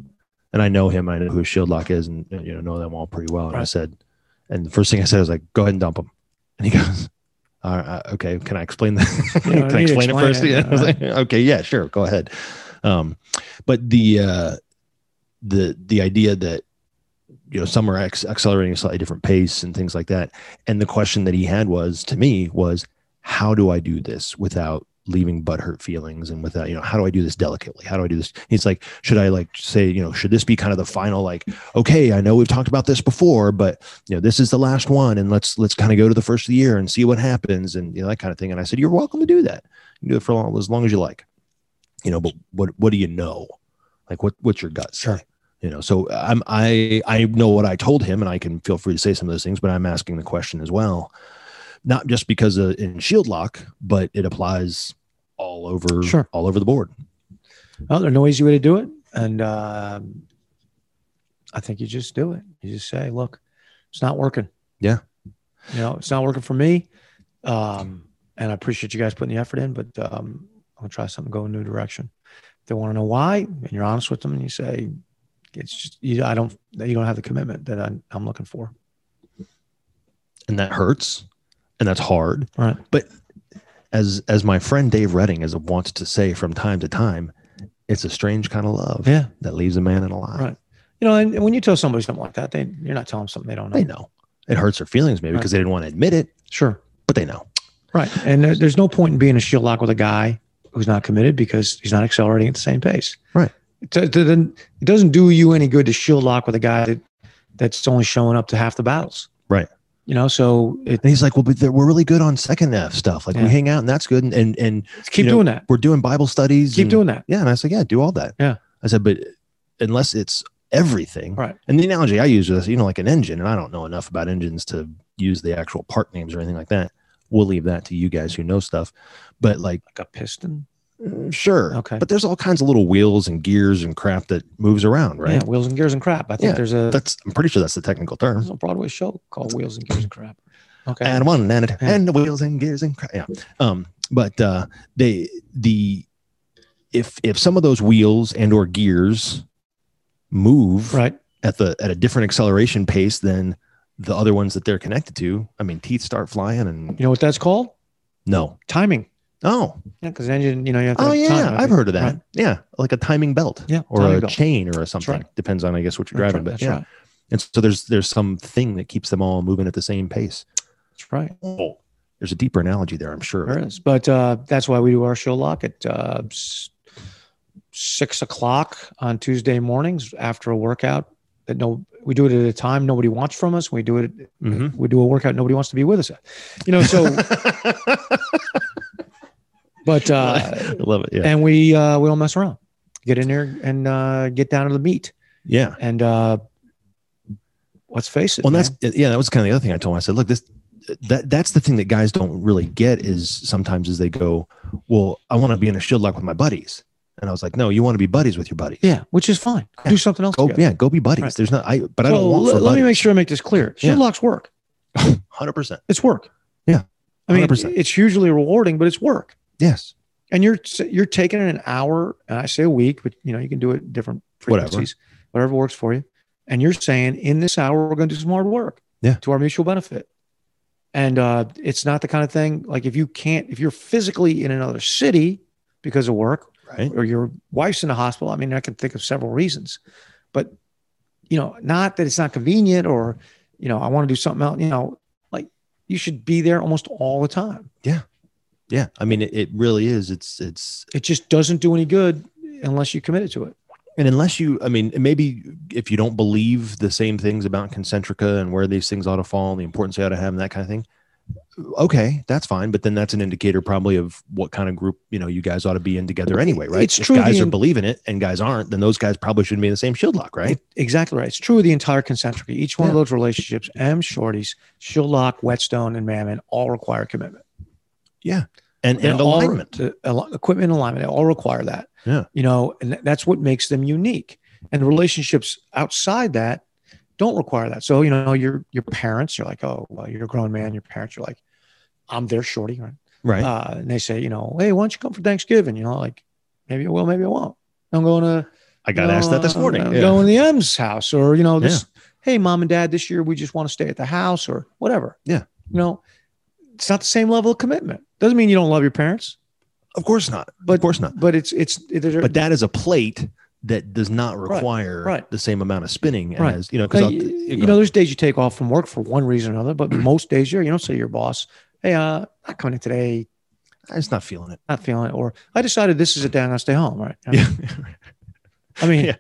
B: and I know him. I know who Shieldlock is, and you know know them all pretty well. And I
A: Right.
B: said, and the first thing I said was like, "Go ahead and dump him." And he (laughs) goes, all right, uh, "Okay, can I explain (laughs) that?
A: Yeah, you
B: can I
A: need to
B: explain it
A: explain
B: first?
A: it,
B: Yeah. I was
A: yeah.
B: like, okay, yeah, sure, go ahead. Um, but the uh, the the idea that you know some are ex- accelerating at a slightly different pace and things like that, and the question that he had was to me was, how do I do this without leaving butthurt feelings and without, you know, how do I do this delicately? How do I do this? He's like, should I like say, you know, should this be kind of the final, like, okay, I know we've talked about this before, but you know, this is the last one and let's, let's kind of go to the first of the year and see what happens and, you know, that kind of thing. And I said, you're welcome to do that. You can do it for long, as long as you like, you know, but what, what do you know? Like what, what's your gut? say?
A: Sure.
B: You know, so I'm, I, I know what I told him and I can feel free to say some of those things, but I'm asking the question as well not just because uh, in shield lock, but it applies all over
A: Sure.
B: all over the board.
A: Well, there's no easy way to do it, and um, I think you just do it. You just say, "Look, it's not working."
B: Yeah.
A: You know, it's not working for me, um, and I appreciate you guys putting the effort in, but um, I'm gonna try something, go in a new direction. If they want to know why, and you're honest with them, and you say, "It's just you, I don't, you don't have the commitment that I'm, I'm looking for."
B: And that hurts and that's hard.
A: Right.
B: But as as my friend Dave Redding is wants to say from time to time, it's a strange kind of love
A: Yeah.
B: that leaves a man in a lie.
A: Right. You know, and when you tell somebody something like that, they you're not telling them something they don't know.
B: They know. It hurts their feelings maybe
A: Right.
B: because they didn't want to admit it,
A: Sure.
B: but they know.
A: Right. And there, there's no point in being a shield lock with a guy who's not committed because he's not accelerating at the same pace.
B: Right.
A: It, do- do- it doesn't do you any good to shield lock with a guy that that's only showing up to half the battles.
B: Right.
A: You know, so it,
B: And he's like, well, but they're- we're really good on second half stuff. Like
A: Yeah.
B: we hang out and that's good. And, and, and
A: keep
B: You know,
A: doing that.
B: we're doing Bible studies.
A: Keep
B: and-
A: doing that.
B: Yeah. And I said, yeah, do all that.
A: Yeah.
B: I said, but unless it's everything.
A: Right.
B: And the analogy I use is, you know, like an engine, and I don't know enough about engines to use the actual part names or anything like that. We'll leave that to you guys who know stuff. But like,
A: Like a piston.
B: uh, sure.
A: Mm, Okay.
B: But there's all kinds of little wheels and gears and crap that moves around, right?
A: Yeah, wheels and gears and crap. I think
B: Yeah,
A: there's a
B: That's, I'm pretty sure that's the technical term.
A: there's a Broadway show called Wheels and Gears and Crap.
B: (clears throat)
A: Okay.
B: And one and,
A: Yeah.
B: and the wheels and gears and crap. Yeah. Um, but uh, they, the, if, if some of those wheels and or gears move
A: right.
B: at the at a different acceleration pace than the other ones that they're connected to. I mean, teeth start flying and
A: You know what that's called?
B: no,
A: Timing.
B: oh,
A: Yeah, because engine, you know, you have to
B: oh
A: have
B: yeah,
A: time.
B: I've heard of that.
A: Right.
B: Yeah, like a timing belt,
A: Yeah,
B: or
A: timing
B: a
A: belt.
B: chain or something.
A: right.
B: Depends on I guess what you're
A: That's right,
B: driving, but
A: that's
B: yeah.
A: right.
B: And so there's there's some thing that keeps them all moving at the same pace.
A: That's right.
B: Oh, there's a deeper analogy there, I'm sure. of
A: There
B: it.
A: is. But uh, that's why we do our show lock at uh, s- six o'clock on Tuesday mornings after a workout. That no, we do it at a time nobody wants from us. We do it.
B: Mhm.
A: We do a workout nobody wants to be with us at. You know. So, (laughs) but uh,
B: Mm-hmm. (laughs) I love it. Yeah,
A: and we uh, we don't mess around. Get in there and uh, get down to the meat.
B: yeah.
A: And uh, let's face it.
B: Well,
A: man.
B: that's yeah, that was kind of the other thing I told him. I said, look, this that that's the thing that guys don't really get is sometimes is they go, well, I want to be in a shield lock with my buddies, and I was like, no, you want to be buddies with your buddies.
A: yeah, which is fine. Do something else.
B: Go,
A: together.
B: yeah, go be buddies.
A: Right.
B: There's not, I, but I
A: So
B: don't want
A: le-
B: for
A: let me
B: buddies.
A: make sure I make this clear.
B: Yeah.
A: Shield locks work.
B: Hundred percent.
A: It's work.
B: Yeah,
A: I mean,
B: 100%.
A: it's hugely rewarding, but it's work.
B: Yes.
A: And you're you're taking an hour, and I say a week, but you know you can do it at different
B: Whatever.
A: frequencies, whatever, works for you. And you're saying in this hour we're going to do some hard work,
B: Yeah.
A: to our mutual benefit. And uh, it's not the kind of thing like if you can't if you're physically in another city because of work,
B: Right.
A: or your wife's in the hospital. I mean, I can think of several reasons, but you know, not that it's not convenient or, you know, I want to do something else, you know, like you should be there almost all the time.
B: Yeah. I mean, it, it really is. It's it's
A: It just doesn't do any good unless you committed to it.
B: and unless you, I mean, maybe if you don't believe the same things about Concentrica and where these things ought to fall and the importance they ought to have and that kind of thing, okay, that's fine. But then that's an indicator probably of what kind of group you know you guys ought to be in together anyway, right?
A: It's
B: if
A: true
B: Guys
A: the
B: are
A: in-
B: believing it and guys aren't, then those guys probably shouldn't be in the same shield lock, right?
A: It- exactly right. It's true of the entire concentric. Each one of those relationships, M shorties, Shillock, Whetstone, and Mammon all require commitment.
B: and and
A: They all-
B: alignment.
A: the al- equipment alignment, they all require that.
B: Yeah.
A: You know, and th- that's what makes them unique. And the relationships outside that don't require that. So, you know, your your parents, you're like, oh, well, you're a grown man. Your parents, you're like, I'm their shorty, right?
B: Right.
A: Uh, and they say, you know, hey, why don't you come for Thanksgiving? You know, like maybe I will, maybe I won't. I'm going to
B: I got asked that this
A: uh,
B: morning.
A: I'm
B: Yeah.
A: Going to the M's house, or you know, this. Hey, mom and dad, this year we just want to stay at the house, or whatever.
B: Yeah.
A: You know, it's not the same level of commitment. Doesn't mean you don't love your parents,
B: Of course not.
A: But-
B: of course not.
A: but it's it's it, there's a-
B: But that is a plate that does not
A: Right,
B: require
A: right.
B: the same amount of spinning
A: Right.
B: as you Mm-hmm. know.
A: Now,
B: Because
A: you, you know, there's days you take off from work for one reason or another, but most days you're you don't say to your boss, "Hey, uh, not coming in today,
B: I'm just not feeling it.
A: not feeling," it, or "I decided this is a day I'm gonna stay home." Right? I mean-
B: Yeah.
A: (laughs) I mean,
B: Yeah. Uh,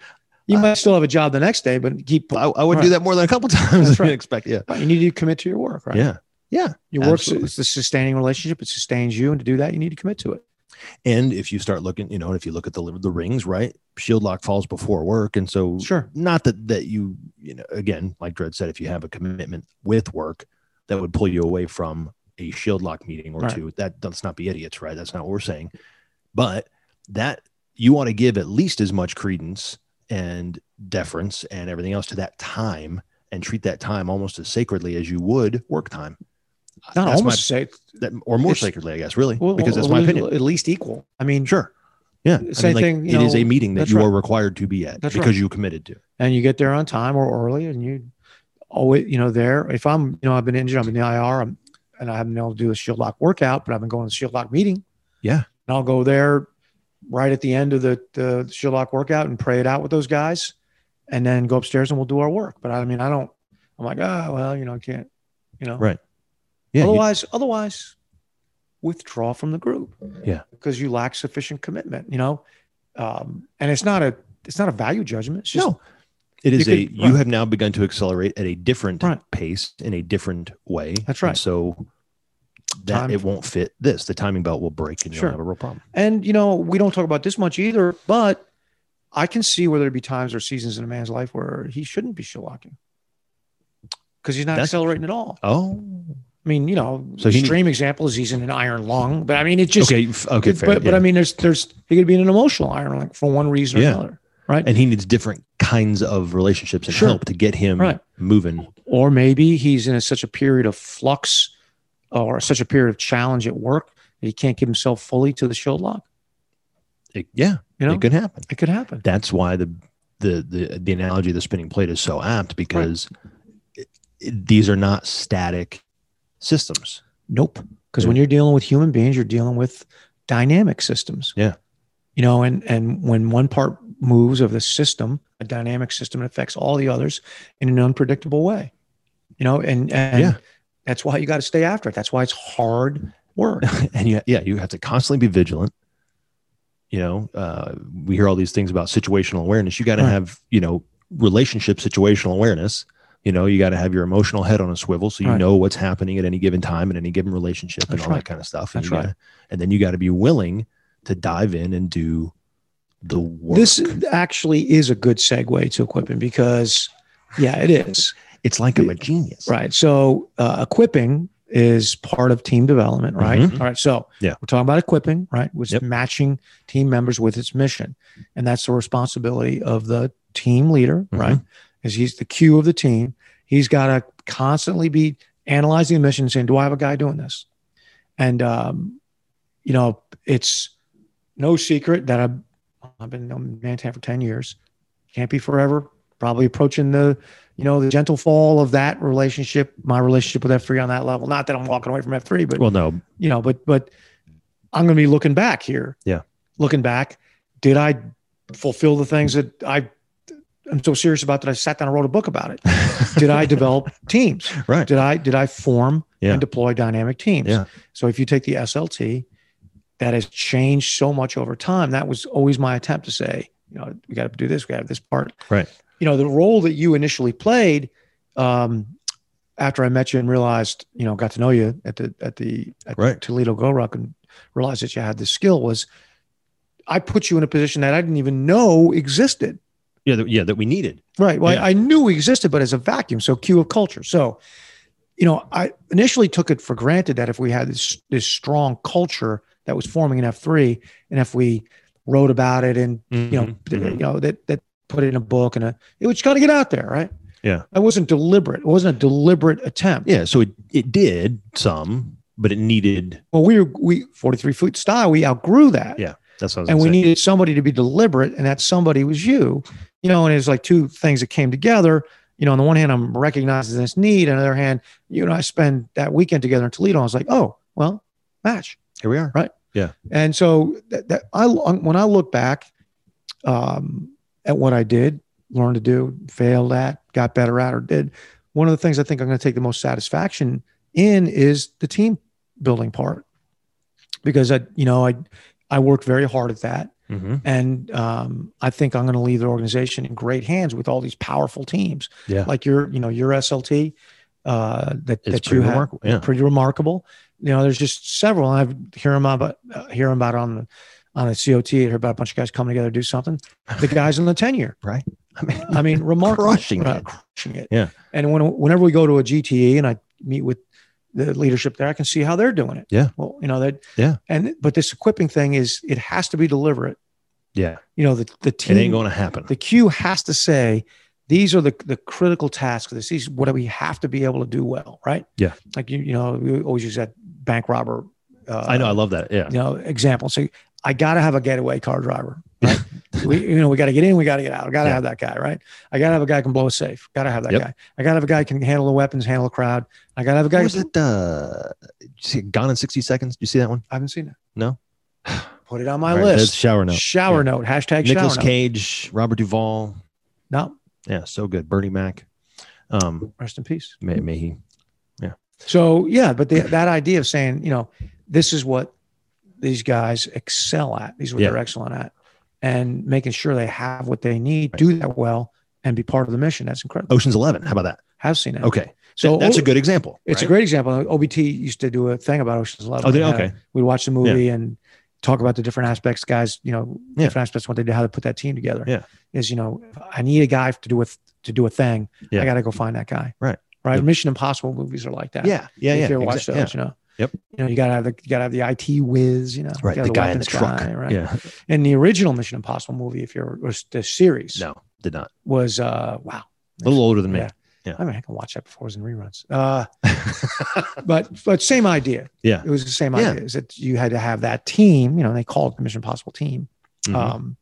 A: you might still have a job the next day, but keep
B: I, I would
A: Right.
B: do that more than a couple (laughs) times
A: That's
B: than
A: right.
B: you expect. Yeah.
A: you need to commit to your work, right?
B: Yeah.
A: Your work
B: absolutely.
A: is the sustaining relationship; it sustains you, and to do that, you need to commit to it.
B: And if you start looking, you know, and if you look at the the rings, right? Shield lock falls before work. And so
A: Sure.
B: not that that you, you know, again, like Dred said, if you have a commitment with work that would pull you away from a shield lock meeting or
A: Right.
B: two, that let's not be idiots, right? That's not what we're saying. But that you want to give at least as much credence and deference and everything else to that time and treat that time almost as sacredly as you would work time.
A: Not
B: uh, That's my-
A: almost safe,
B: that, or more
A: It's-
B: sacredly, I guess, really,
A: well,
B: because that's my
A: well,
B: opinion.
A: At least equal. I mean,
B: Sure. Yeah.
A: Same
B: like,
A: thing,
B: It is
A: you know,
B: a meeting that
A: that's
B: you
A: right.
B: are required to be at
A: That's
B: because
A: right.
B: you committed to.
A: and you get there on time or early and you always you know there if i'm you know i've been injured i'm in the ir I'm, and i haven't been able to do a shield lock workout but i've been going to the shield lock meeting
B: Yeah.
A: and i'll go there right at the end of the, the shield lock workout and pray it out with those guys and then go upstairs and we'll do our work but i mean i don't i'm like ah well you know i can't you know
B: Right. Yeah. you-
A: otherwise otherwise withdraw from the group
B: Yeah.
A: because you lack sufficient commitment you know um, and it's not a it's not a value judgment it's just
B: no. It is
A: You
B: a
A: could-
B: you
A: right.
B: have now begun to accelerate at a different
A: Right.
B: pace in a different way.
A: That's right.
B: And so that
A: Time-
B: it won't fit this. The timing belt will break and
A: Sure.
B: you'll have a real problem.
A: And you know, we don't talk about this much either, but I can see where there'd be times or seasons in a man's life where he shouldn't be shellacking because he's not
B: That's-
A: accelerating at all.
B: Oh,
A: I mean, you know,
B: So he-
A: extreme example is he's in an iron lung, but I mean, it just
B: Oh, okay, f- okay, fair.
A: but, but
B: yeah.
A: I mean, there's there's he could be in an emotional iron lung for one reason or
B: Yeah.
A: another, right?
B: and he needs different kinds of relationships and
A: Sure.
B: help to get him
A: Right.
B: moving.
A: or maybe he's in a, such a period of flux or such a period of challenge at work that he can't give himself fully to the shellac.
B: It, yeah,
A: You know,
B: it could happen.
A: it could happen.
B: That's why the the the, the analogy of the spinning plate is so apt because it- it- these are not static systems.
A: Nope. Because when you're dealing with human beings, you're dealing with dynamic systems.
B: Yeah.
A: You know, and and when one part moves of the system, a dynamic system it affects all the others in an unpredictable way. You know, and and
B: Yeah.
A: that's why you got to stay after it. That's why it's hard
B: (laughs)
A: work.
B: and you, yeah, you have to constantly be vigilant. You know, uh, we hear all these things about situational awareness. You got to
A: Right.
B: have, you know, relationship situational awareness. You know, you got to have your emotional head on a swivel so you
A: Right.
B: know what's happening at any given time in any given relationship and
A: That's
B: all
A: right.
B: that kind of stuff.
A: That's
B: and you
A: right.
B: Gotta, and then you got to be willing to dive in and do the work.
A: This actually is a good segue to equipping because, yeah, it is.
B: it's like I'm a genius.
A: Right. So uh, equipping is part of team development, right?
B: Mhm.
A: All right. So
B: Yeah.
A: we're talking about equipping, right? Which
B: Yep.
A: matching team members with its mission. And that's the responsibility of the team leader,
B: Mm-hmm.
A: right? Because he's the cue of the team. He's got to constantly be analyzing the mission and saying, do I have a guy doing this? And, um, you know, it's no secret that I've, I've been on Mantan for 10 years. Can't be forever. Probably approaching the you know, the gentle fall of that relationship, my relationship with F3 on that level. Not that I'm walking away from F3, but
B: Well, no,
A: you know, but but I'm going to be looking back here.
B: Yeah.
A: Looking back, did I fulfill the things that I I'm so serious about that I sat down and wrote a book about it? (laughs) Did I develop teams?
B: (laughs) Right.
A: Did I did I form
B: Yeah.
A: and deploy dynamic teams?
B: Yeah.
A: So if you take the SLT, that has changed so much over time. That was always my attempt to say, you know, we got to do this, we got to have this part.
B: Right.
A: You know, the role that you initially played um, after I met you and realized, you know, got to know you at the at the at
B: Right.
A: Toledo Go Rock and realized that you had this skill was I put you in a position that I didn't even know existed.
B: Yeah, that, yeah, that we needed.
A: Right. Well,
B: Yeah.
A: I I knew existed, but as a vacuum. So cue of culture. So, you know, I initially took it for granted that if we had this, this strong culture that was forming in F3 and if we wrote about it and, you know,
B: Mm-hmm.
A: th- you know, that, that put it in a book and a, it was got to get out there. Right.
B: Yeah.
A: That wasn't deliberate. It wasn't a deliberate attempt.
B: yeah. So it it did some, but it needed.
A: Well, we were, we 43 foot style, we outgrew that.
B: Yeah. That's what I was.
A: and
B: gonna
A: we
B: say.
A: needed somebody to be deliberate and that somebody was you you know and it's like two things that came together you know on the one hand i'm recognizing this need on the other hand you and i spend that weekend together in toledo i was like oh well match
B: Here we are.
A: and so that, that i when i look back um, at what i did learned to do failed at got better at or did one of the things i think i'm going to take the most satisfaction in is the team building part because i you know i i worked very hard at that
B: Mm-hmm.
A: and um, I think I'm going to leave the organization in great hands with all these powerful teams.
B: Yeah.
A: Like your, you know, your SLT uh, that
B: It's
A: that you
B: pretty
A: have,
B: remarkable. Yeah.
A: pretty remarkable. You know, there's just several. I've hear 'em about uh, hear 'em about on the on the COT. I heard about a bunch of guys coming together to do something. The guys in the tenure,
B: I (laughs) mean,
A: I mean, remarkable,
B: Crushing
A: Right,
B: it.
A: crushing it.
B: Yeah.
A: And when whenever we go to a GTE and I meet with the leadership there, I can see how they're doing it.
B: Yeah.
A: Well, you know that.
B: Yeah.
A: And but this equipping thing is it has to be deliberate.
B: yeah,
A: You know the the
B: it
A: team
B: ain't going to happen.
A: the queue has to say these are the, the critical tasks this is what we have to be able to do well right
B: Yeah.
A: like you you know we always use that bank robber uh,
B: I know. I love that. Yeah.
A: you know example so i gotta have a getaway car driver
B: (laughs)
A: right we you know we gotta get in we gotta get out i gotta
B: Yeah.
A: have that guy right i gotta have a guy who can blow a safe gotta have that
B: Yep.
A: guy i gotta have a guy who can handle the weapons handle the crowd i gotta have a guy
B: What was it? Uh, did you see Gone in 60 Seconds? Did you see that one?
A: i haven't seen it
B: No?
A: (sighs) put it on my
B: All right, that's
A: list
B: Shower Note.
A: shower note hashtag
B: Nicholas
A: shower note
B: Cage, Robert Duvall.
A: no
B: Yeah. So good. Bernie Mac. Um,
A: rest in peace
B: may, may he.
A: So yeah, but the, that idea of saying, you know, this is what these guys excel at. These are what
B: Yeah.
A: they're excellent at, and making sure they have what they need,
B: Right.
A: do that well, and be part of the mission. That's incredible.
B: Ocean's Eleven. How about that?
A: Have seen it.
B: Okay, so
A: So
B: that's a
A: O-
B: good example.
A: It's a
B: right?
A: great example. OBT used to do a thing about Ocean's Eleven.
B: Oh, they,
A: Yeah.
B: okay.
A: We'd watch the movie and talk about the different aspects, guys. You know,
B: Yeah.
A: different aspects what they did, how to put that team together.
B: Yeah.
A: is you know, if I need a guy to do a th- to do a thing.
B: Yeah.
A: I got to go find that guy.
B: Right.
A: Right.
B: The-
A: Mission Impossible movies are like that.
B: Yeah, yeah,
A: If
B: yeah.
A: you ever watch
B: exact-
A: those, you know.
B: Yep.
A: You know, you gotta have the you gotta have the IT whiz. You know,
B: Right,
A: You gotta
B: the
A: have
B: guy in the
A: weapons
B: truck.
A: guy, right.
B: yeah. (laughs) yeah.
A: And the original Mission Impossible movie, if you're was the series,
B: No, did not.
A: was uh wow.
B: A little older than me.
A: Yeah. I mean, I can watch that before it was in reruns. Uh, (laughs) but but same idea.
B: Yeah.
A: it was the same
B: Yeah.
A: idea. Is that you had to have that team? You know, they called it the Mission Impossible team.
B: Mhm.
A: Um,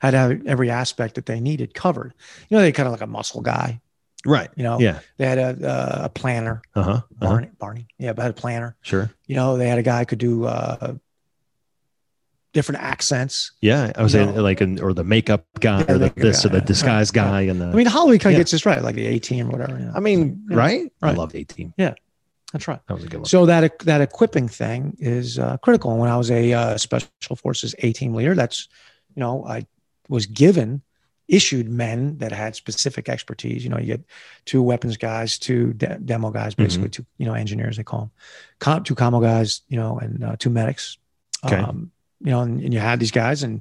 A: had to have every aspect that they needed covered. You know, they kind of like a muscle guy.
B: right.
A: You know,
B: Yeah.
A: they had a uh, a planner,
B: Uh huh. Uh-huh.
A: Barney. Barney, yeah, but had a planner.
B: Sure.
A: You know, they had a guy who could do uh, different accents.
B: Yeah, I was
A: You
B: saying
A: know.
B: like an or the makeup guy
A: Yeah,
B: or the
A: makeup
B: this
A: guy,
B: or the
A: yeah.
B: disguise
A: Right,
B: guy and the.
A: I mean, Hollywood kind of
B: Uh, Yeah.
A: gets this right, like the A team or whatever. You know? Yeah.
B: right? I
A: Right.
B: loved eighteen.
A: That's right.
B: That was a good one.
A: So that that equipping thing is uh, critical. And when I was a uh, special forces A team leader, that's you know I was given issued men that had specific expertise. You know, you get two weapons guys, two de- demo guys,
B: Mm-hmm.
A: basically two you know engineers they call them, Com- two commo guys, you know, and uh, two medics.
B: Okay.
A: Um, you know, and, and you had these guys, and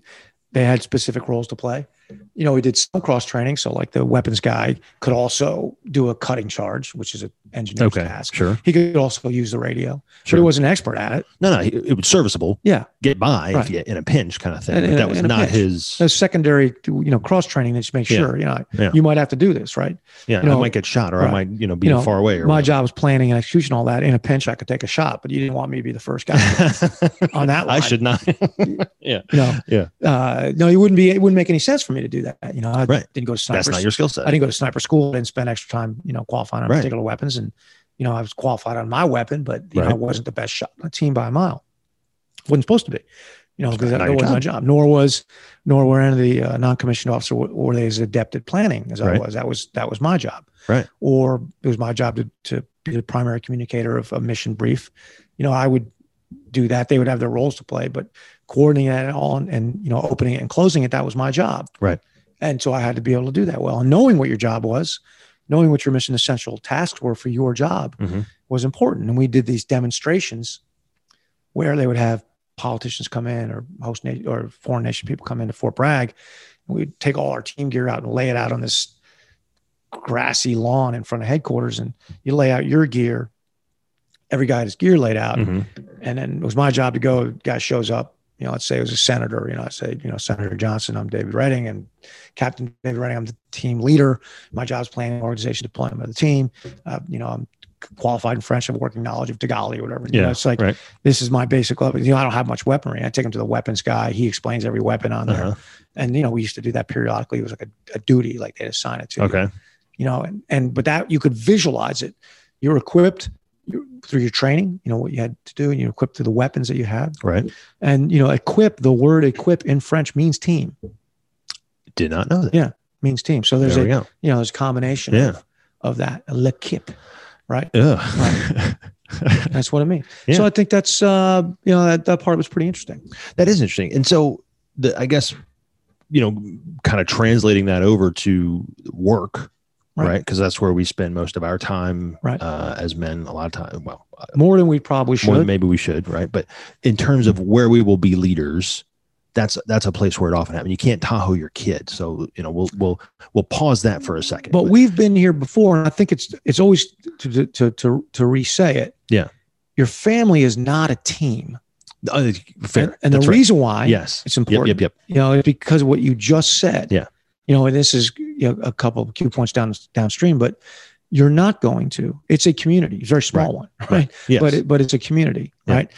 A: they had specific roles to play. You know, we did some cross training, so like the weapons guy could also do a cutting charge, which is an engineer's
B: okay,
A: task.
B: sure,
A: He could also use the radio, but
B: sure.
A: he wasn't an expert at it.
B: no, no, it, it was serviceable.
A: Yeah.
B: get by if
A: Right.
B: you in a pinch kind of thing.
A: In-
B: but
A: in
B: that
A: a-
B: was
A: in a
B: not
A: pinch.
B: his.
A: There's secondary, you know, cross training that you make
B: Yeah.
A: sure, you know,
B: Yeah.
A: you might have to do this, right?
B: Yeah,
A: you
B: I
A: know,
B: might get shot or I
A: right.
B: might you know be
A: You know,
B: far away. Or
A: My job was planning and execution, all that. In a pinch, I could take a shot, but you didn't want me to be the first
B: (laughs)
A: guy on that
B: I
A: line.
B: should not.
A: you know,
B: Yeah.
A: uh, no, you wouldn't be. It wouldn't make any sense for me to do that. You know, I
B: Right.
A: didn't go to
B: That's
A: sniper.
B: not your skill
A: I
B: set.
A: didn't go to sniper school. I didn't spend extra time, you know, qualifying on
B: Right.
A: particular weapons, and you know, I was qualified on my weapon, but you know, I
B: Right.
A: wasn't the best shot on the team by a mile. wasn't supposed to be. You know, because that,
B: Not
A: that
B: your
A: wasn't my job. Nor was, nor were any of the uh, non-commissioned officer were, were they as adept at planning as I
B: Right.
A: was. That was that was my job.
B: Right.
A: Or it was my job to to be the primary communicator of a mission brief. You know, I would do that. They would have their roles to play, but coordinating that all and, and you know opening it and closing it, that was my job.
B: Right.
A: And so I had to be able to do that well. And knowing what your job was, knowing what your mission essential tasks were for your job
B: Mhm.
A: was important. And we did these demonstrations where they would have politicians come in or host na- or foreign nation people come into Fort Bragg. And we'd take all our team gear out and lay it out on this grassy lawn in front of headquarters. And you lay out your gear. Every guy had his gear laid out.
B: Mhm.
A: And then it was my job to go. Guy shows up. You know, let's say it was a senator. You know, I say, you know, Senator Johnson, I'm David Redding, and Captain David Redding, I'm the team leader. My job's planning, organization, deployment of the team. Uh, you know, I'm qualified in French, I've working knowledge of Tagali or whatever. You
B: Yeah,
A: know, it's like
B: right.
A: this is my basic level. You know, I don't have much weaponry. I take him to the weapons guy. He explains every weapon on there.
B: Uh-huh.
A: And you know, we used to do that periodically. It was like a, a duty, like they'd assign it to. you
B: Okay.
A: you know and, and but that you could visualize it you're equipped you- through your training you know what you had to do and you're equipped through the weapons that you have
B: Right.
A: and you know equip the word equip in french means team
B: Did not know that.
A: Yeah, means team so there's
B: there we
A: a
B: go.
A: you know there's a combination
B: Yeah.
A: of, of that l'équipe right
B: (laughs) Ugh.
A: that's what i mean
B: Yeah.
A: so i think that's uh you know that, that part was pretty interesting
B: That is interesting. And so the I guess you know kind of translating that over to work,
A: Right.
B: right? Because that's where we spend most of our time
A: Right.
B: uh, as men a lot of time. Well, uh,
A: more than we probably
B: more than
A: should
B: maybe we should, right? But in terms of where we will be leaders, that's that's a place where it often happens. You can't Tahoe your kid. So, you know, we'll we'll we'll pause that for a second.
A: but we've been here before and i think it's it's always to to to to, to re-say it
B: Yeah.
A: your family is not a team
B: uh, fair.
A: and, and the
B: That's right.
A: reason why
B: Yes.
A: it's
B: Yep,
A: important
B: yep, yep.
A: you know, it's because of what you just said.
B: Yeah.
A: You know, and this is you know, a couple of cue points down downstream, but you're not going to. It's a community, it's a very small one, right?
B: Yes.
A: But it, but it's a community,
B: Yeah.
A: right?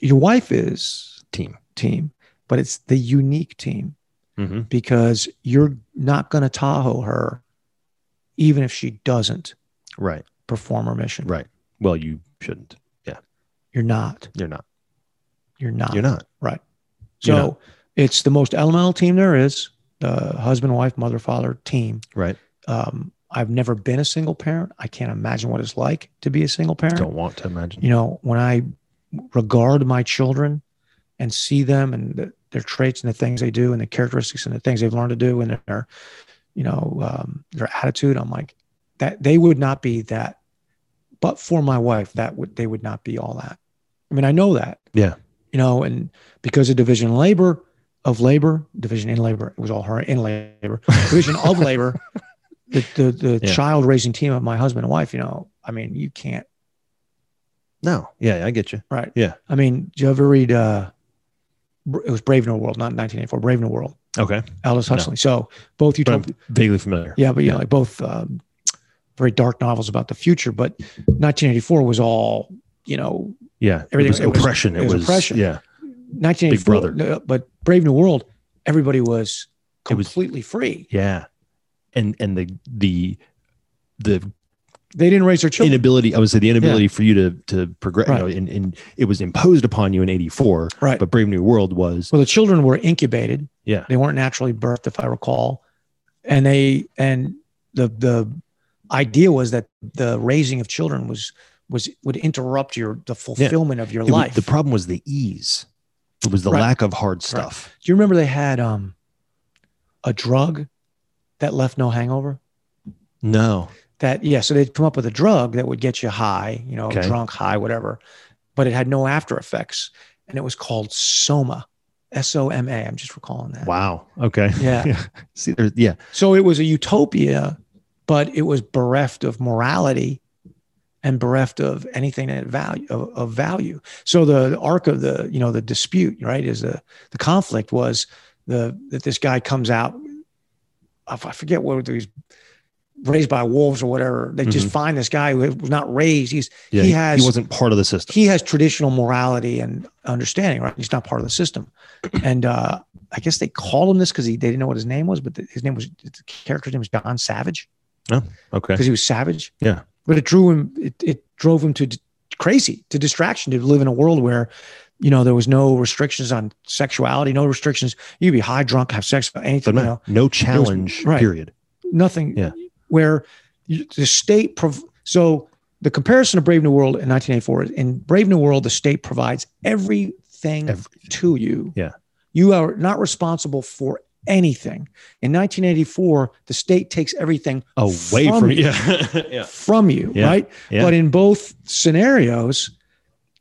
A: Your wife is
B: team.
A: team, but it's the unique team
B: hmm
A: because you're not going to Tahoe her, even if she doesn't
B: Right.
A: perform her mission.
B: Right. Well, you shouldn't.
A: You're not.
B: You're not.
A: You're not.
B: You're not.
A: so
B: you're
A: it's the most elemental team there is. The husband, wife, mother, father team.
B: Right.
A: um, I've never been a single parent. I can't imagine what it's like to be a single parent.
B: Don't want to imagine.
A: You know, when I regard my children and see them and the, their traits and the things they do and the characteristics and the things they've learned to do and their you know um, their attitude i'm like that they would not be that but for my wife that would they would not be all that i mean i know that
B: Yeah.
A: you know and because of division of labor of labor division in labor it was all her in labor division
B: (laughs)
A: (laughs) of labor the the, the
B: Yeah.
A: child raising team of my husband and wife you know i mean you can't
B: No. Yeah, I get you.
A: Right.
B: Yeah.
A: I mean, do you ever read? Uh, Br- it was Brave New World, not 1984. Brave New World,
B: Okay.
A: Aldous
B: No.
A: Huxley. So both you
B: But I'm
A: told,
B: vaguely familiar.
A: yeah, but you know,
B: yeah.
A: like both um, very dark novels about the future. But 1984 was all you know.
B: Yeah.
A: Everything-
B: it
A: it
B: was
A: was-
B: oppression. It,
A: it was
B: was
A: oppression.
B: Yeah.
A: 1984,
B: Brother.
A: no, But Brave New World, everybody was
B: It was-
A: completely free.
B: Yeah. And and the the the
A: They didn't raise their children.
B: inability I would say the inability for you to to progress
A: Right.
B: you know, and, and it was imposed upon you in 84
A: right.
B: but Brave New World was
A: well, the children were incubated.
B: yeah
A: they weren't naturally birthed if i recall and they and the the idea was that the raising of children was was would interrupt your the fulfillment of your
B: It was-
A: life
B: the problem was the ease it was the
A: Right.
B: lack of hard stuff
A: do you remember they had um a drug that left no hangover
B: no
A: that yeah so they'd come up with a drug that would get you high you know
B: Okay.
A: drunk high whatever but it had no after effects and it was called soma s-o-m-a i'm just recalling that
B: wow okay
A: yeah
B: see there's yeah
A: So it was a utopia, but it was bereft of morality and bereft of anything that value of, of value. So the arc of the you know the dispute right is the the conflict was the that this guy comes out. I f- I forget what he's raised by wolves or whatever. They just find this guy who was not raised. He's
B: yeah
A: He has-
B: he wasn't part of the system
A: he has traditional morality and understanding, right? He's not part of the
B: (clears throat)
A: system. And uh, I guess they called him this because they didn't know what his name was, but the, his name was the character's name was John Savage
B: okay
A: because he was savage.
B: Yeah.
A: But it drew him, it, it drove him to d- crazy, to distraction, to live in a world where, you know, there was no restrictions on sexuality, no restrictions. You could be high, drunk, have sex, anything, you know
B: no, no challenge
A: right.
B: period
A: nothing
B: Yeah.
A: where you, the state prov- so the comparison of brave new world in 1984 is in brave new world the state provides everything
B: Everything.
A: to you
B: Yeah.
A: you are not responsible for anything in 1984 the state takes everything
B: away from,
A: from
B: you. (laughs) yeah yeah
A: from you
B: Yeah.
A: right
B: Yeah.
A: but in both scenarios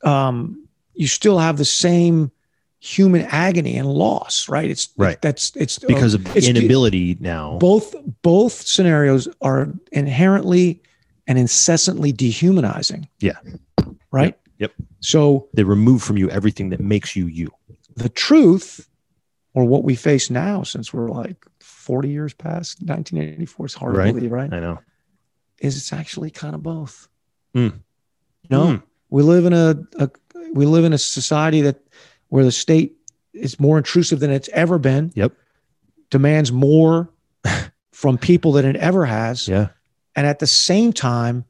A: um, you still have the same human agony and loss right it's
B: Right.
A: that's it's
B: because of the
A: it's-
B: inability now
A: both both scenarios are inherently and incessantly dehumanizing.
B: Yeah.
A: Right?
B: Yep.
A: So
B: they remove from you everything that makes you you
A: the truth or what we face now since we're like 40 years past 1984 it's hard
B: Right.
A: to believe, right?
B: I know
A: Is it's actually kind of both.
B: Mm.
A: No.
B: Mm.
A: We live in a, a we live in a society that where the state is more intrusive than it's ever been.
B: Yep.
A: Demands
B: (laughs)
A: more from people than it ever has.
B: yeah
A: and at the same time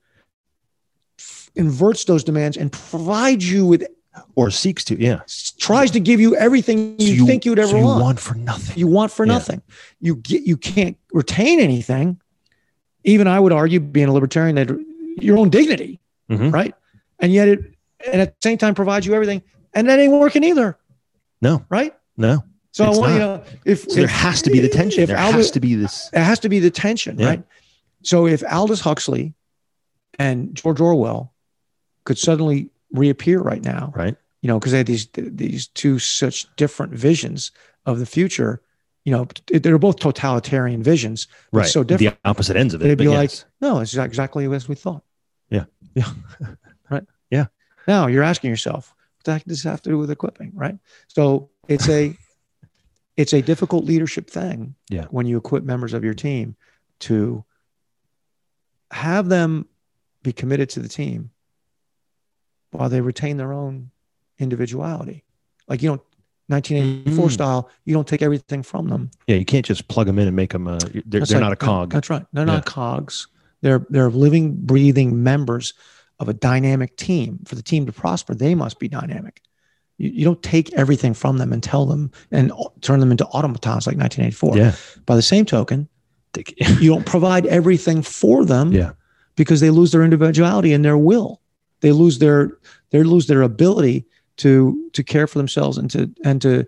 A: f- inverts those demands and provides you with
B: or seeks to yeah
A: s- tries to give you everything
B: So
A: you, think you'd ever
B: so you
A: want.
B: want. for nothing
A: you want for
B: Yeah.
A: nothing you get you can't retain anything even i would argue being a libertarian that your own dignity
B: Mhm.
A: right and yet it and at the same time provides you everything and that ain't working either
B: no
A: right
B: no
A: so
B: It's
A: I want you know if,
B: so there
A: if-
B: has to be the tension
A: if
B: there
A: Albert-
B: has to be this
A: it has to be the tension,
B: Yeah.
A: right? So if Aldous Huxley and George Orwell could suddenly reappear right now,
B: Right.
A: You know, because they had these these two such different visions of the future. You know, they're both totalitarian visions.
B: right
A: so different.
B: the opposite ends of it
A: They'd
B: but
A: be like,
B: yes.
A: No, it's exactly as we thought.
B: Yeah.
A: Yeah. (laughs) right.
B: Yeah.
A: Now you're asking yourself, what the heck does this have to do with equipping? Right. So it's a (laughs) it's a difficult leadership thing
B: Yeah.
A: when you equip members of your team to have them be committed to the team while they retain their own individuality. Like you don't 1984
B: Mm.
A: style, you don't take everything from them.
B: Yeah, you can't just plug them in and make them. A, they're
A: That's right.
B: they're not a
A: Yeah,
B: cog.
A: That's right. They're
B: Yeah.
A: not cogs. They're they're living, breathing members of a dynamic team. For the team to prosper, they must be dynamic. You, you don't take everything from them and tell them and au- turn them into automatons like 1984.
B: yeah,
A: By the same token,
B: They-
A: (laughs) you don't provide everything for them
B: Yeah.
A: because they lose their individuality and their will. They lose their they lose their ability to to care for themselves and to and to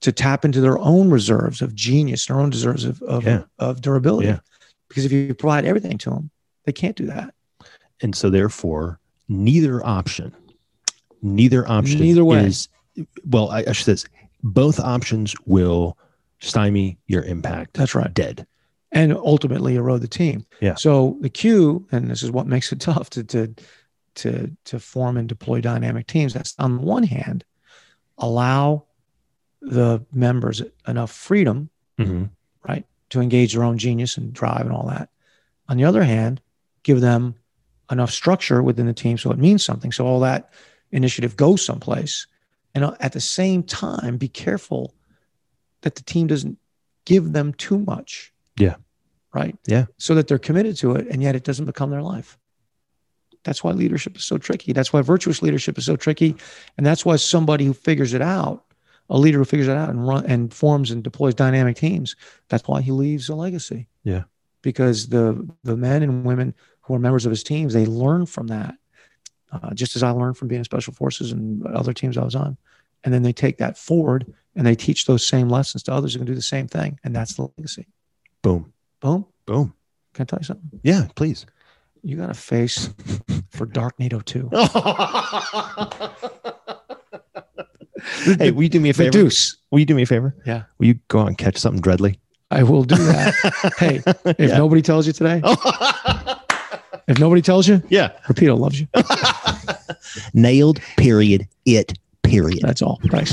A: to tap into their own reserves of genius, their own reserves of of,
B: Yeah.
A: of durability.
B: Yeah.
A: Because if you provide everything to them, they can't do that.
B: and so therefore neither option neither option
A: Neither way.
B: is well I, I should say this both options will stymie your impact
A: That's right.
B: dead
A: and ultimately erode the team.
B: Yeah.
A: So the cue, and this is what makes it (laughs) tough to to to to form and deploy dynamic teams. That's on the one hand, allow the members enough freedom Mm-hmm. to engage their own genius and drive and all that. On the other hand, give them enough structure within the team so it means something. So all that initiative goes someplace. And uh, at the same time, be careful that the team doesn't give them too much.
B: Yeah.
A: Right.
B: Yeah.
A: So that they're committed to it and yet it doesn't become their life. That's why leadership is so tricky. That's why virtuous leadership is so tricky. And that's why somebody who figures it out, a leader who figures it out and run and forms and deploys dynamic teams, that's why he leaves a legacy.
B: Yeah.
A: Because the the men and women who are members of his teams, they learn from that, uh, just as I learned from being in special forces and other teams I was on, and then they take that forward and they teach those same lessons to others who can do the same thing, and that's the legacy.
B: boom
A: Boom.
B: boom
A: Can I tell you something?
B: yeah (laughs) please
A: You got a face for Dark NATO
B: (laughs)
A: too.
B: hey will you do me a
A: The
B: favor
A: deuce.
B: will you do me a favor
A: Yeah.
B: will you go out and catch something dreadly
A: I will do that. hey, if
B: (laughs) Yeah.
A: nobody tells you today, if nobody tells you,
B: (laughs) yeah
A: Rapido loves you.
B: nailed period it period
A: That's all. Thanks.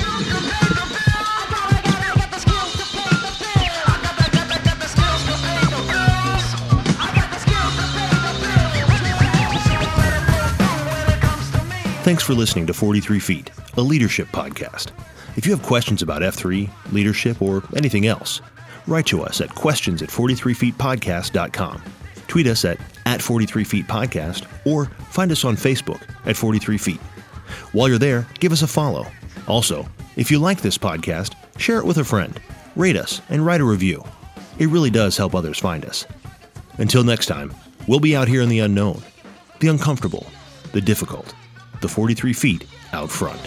C: Thanks for listening to 43 Feet, a leadership podcast. If you have questions about F3, leadership, or anything else, write to us at questions at 43feetpodcast.com. Tweet us at, at 43feetpodcast or find us on Facebook at 43feet. While you're there, give us a follow. Also, if you like this podcast, share it with a friend, rate us, and write a review. It really does help others find us. Until next time, we'll be out here in the unknown, the uncomfortable, the difficult, the 43 feet out front.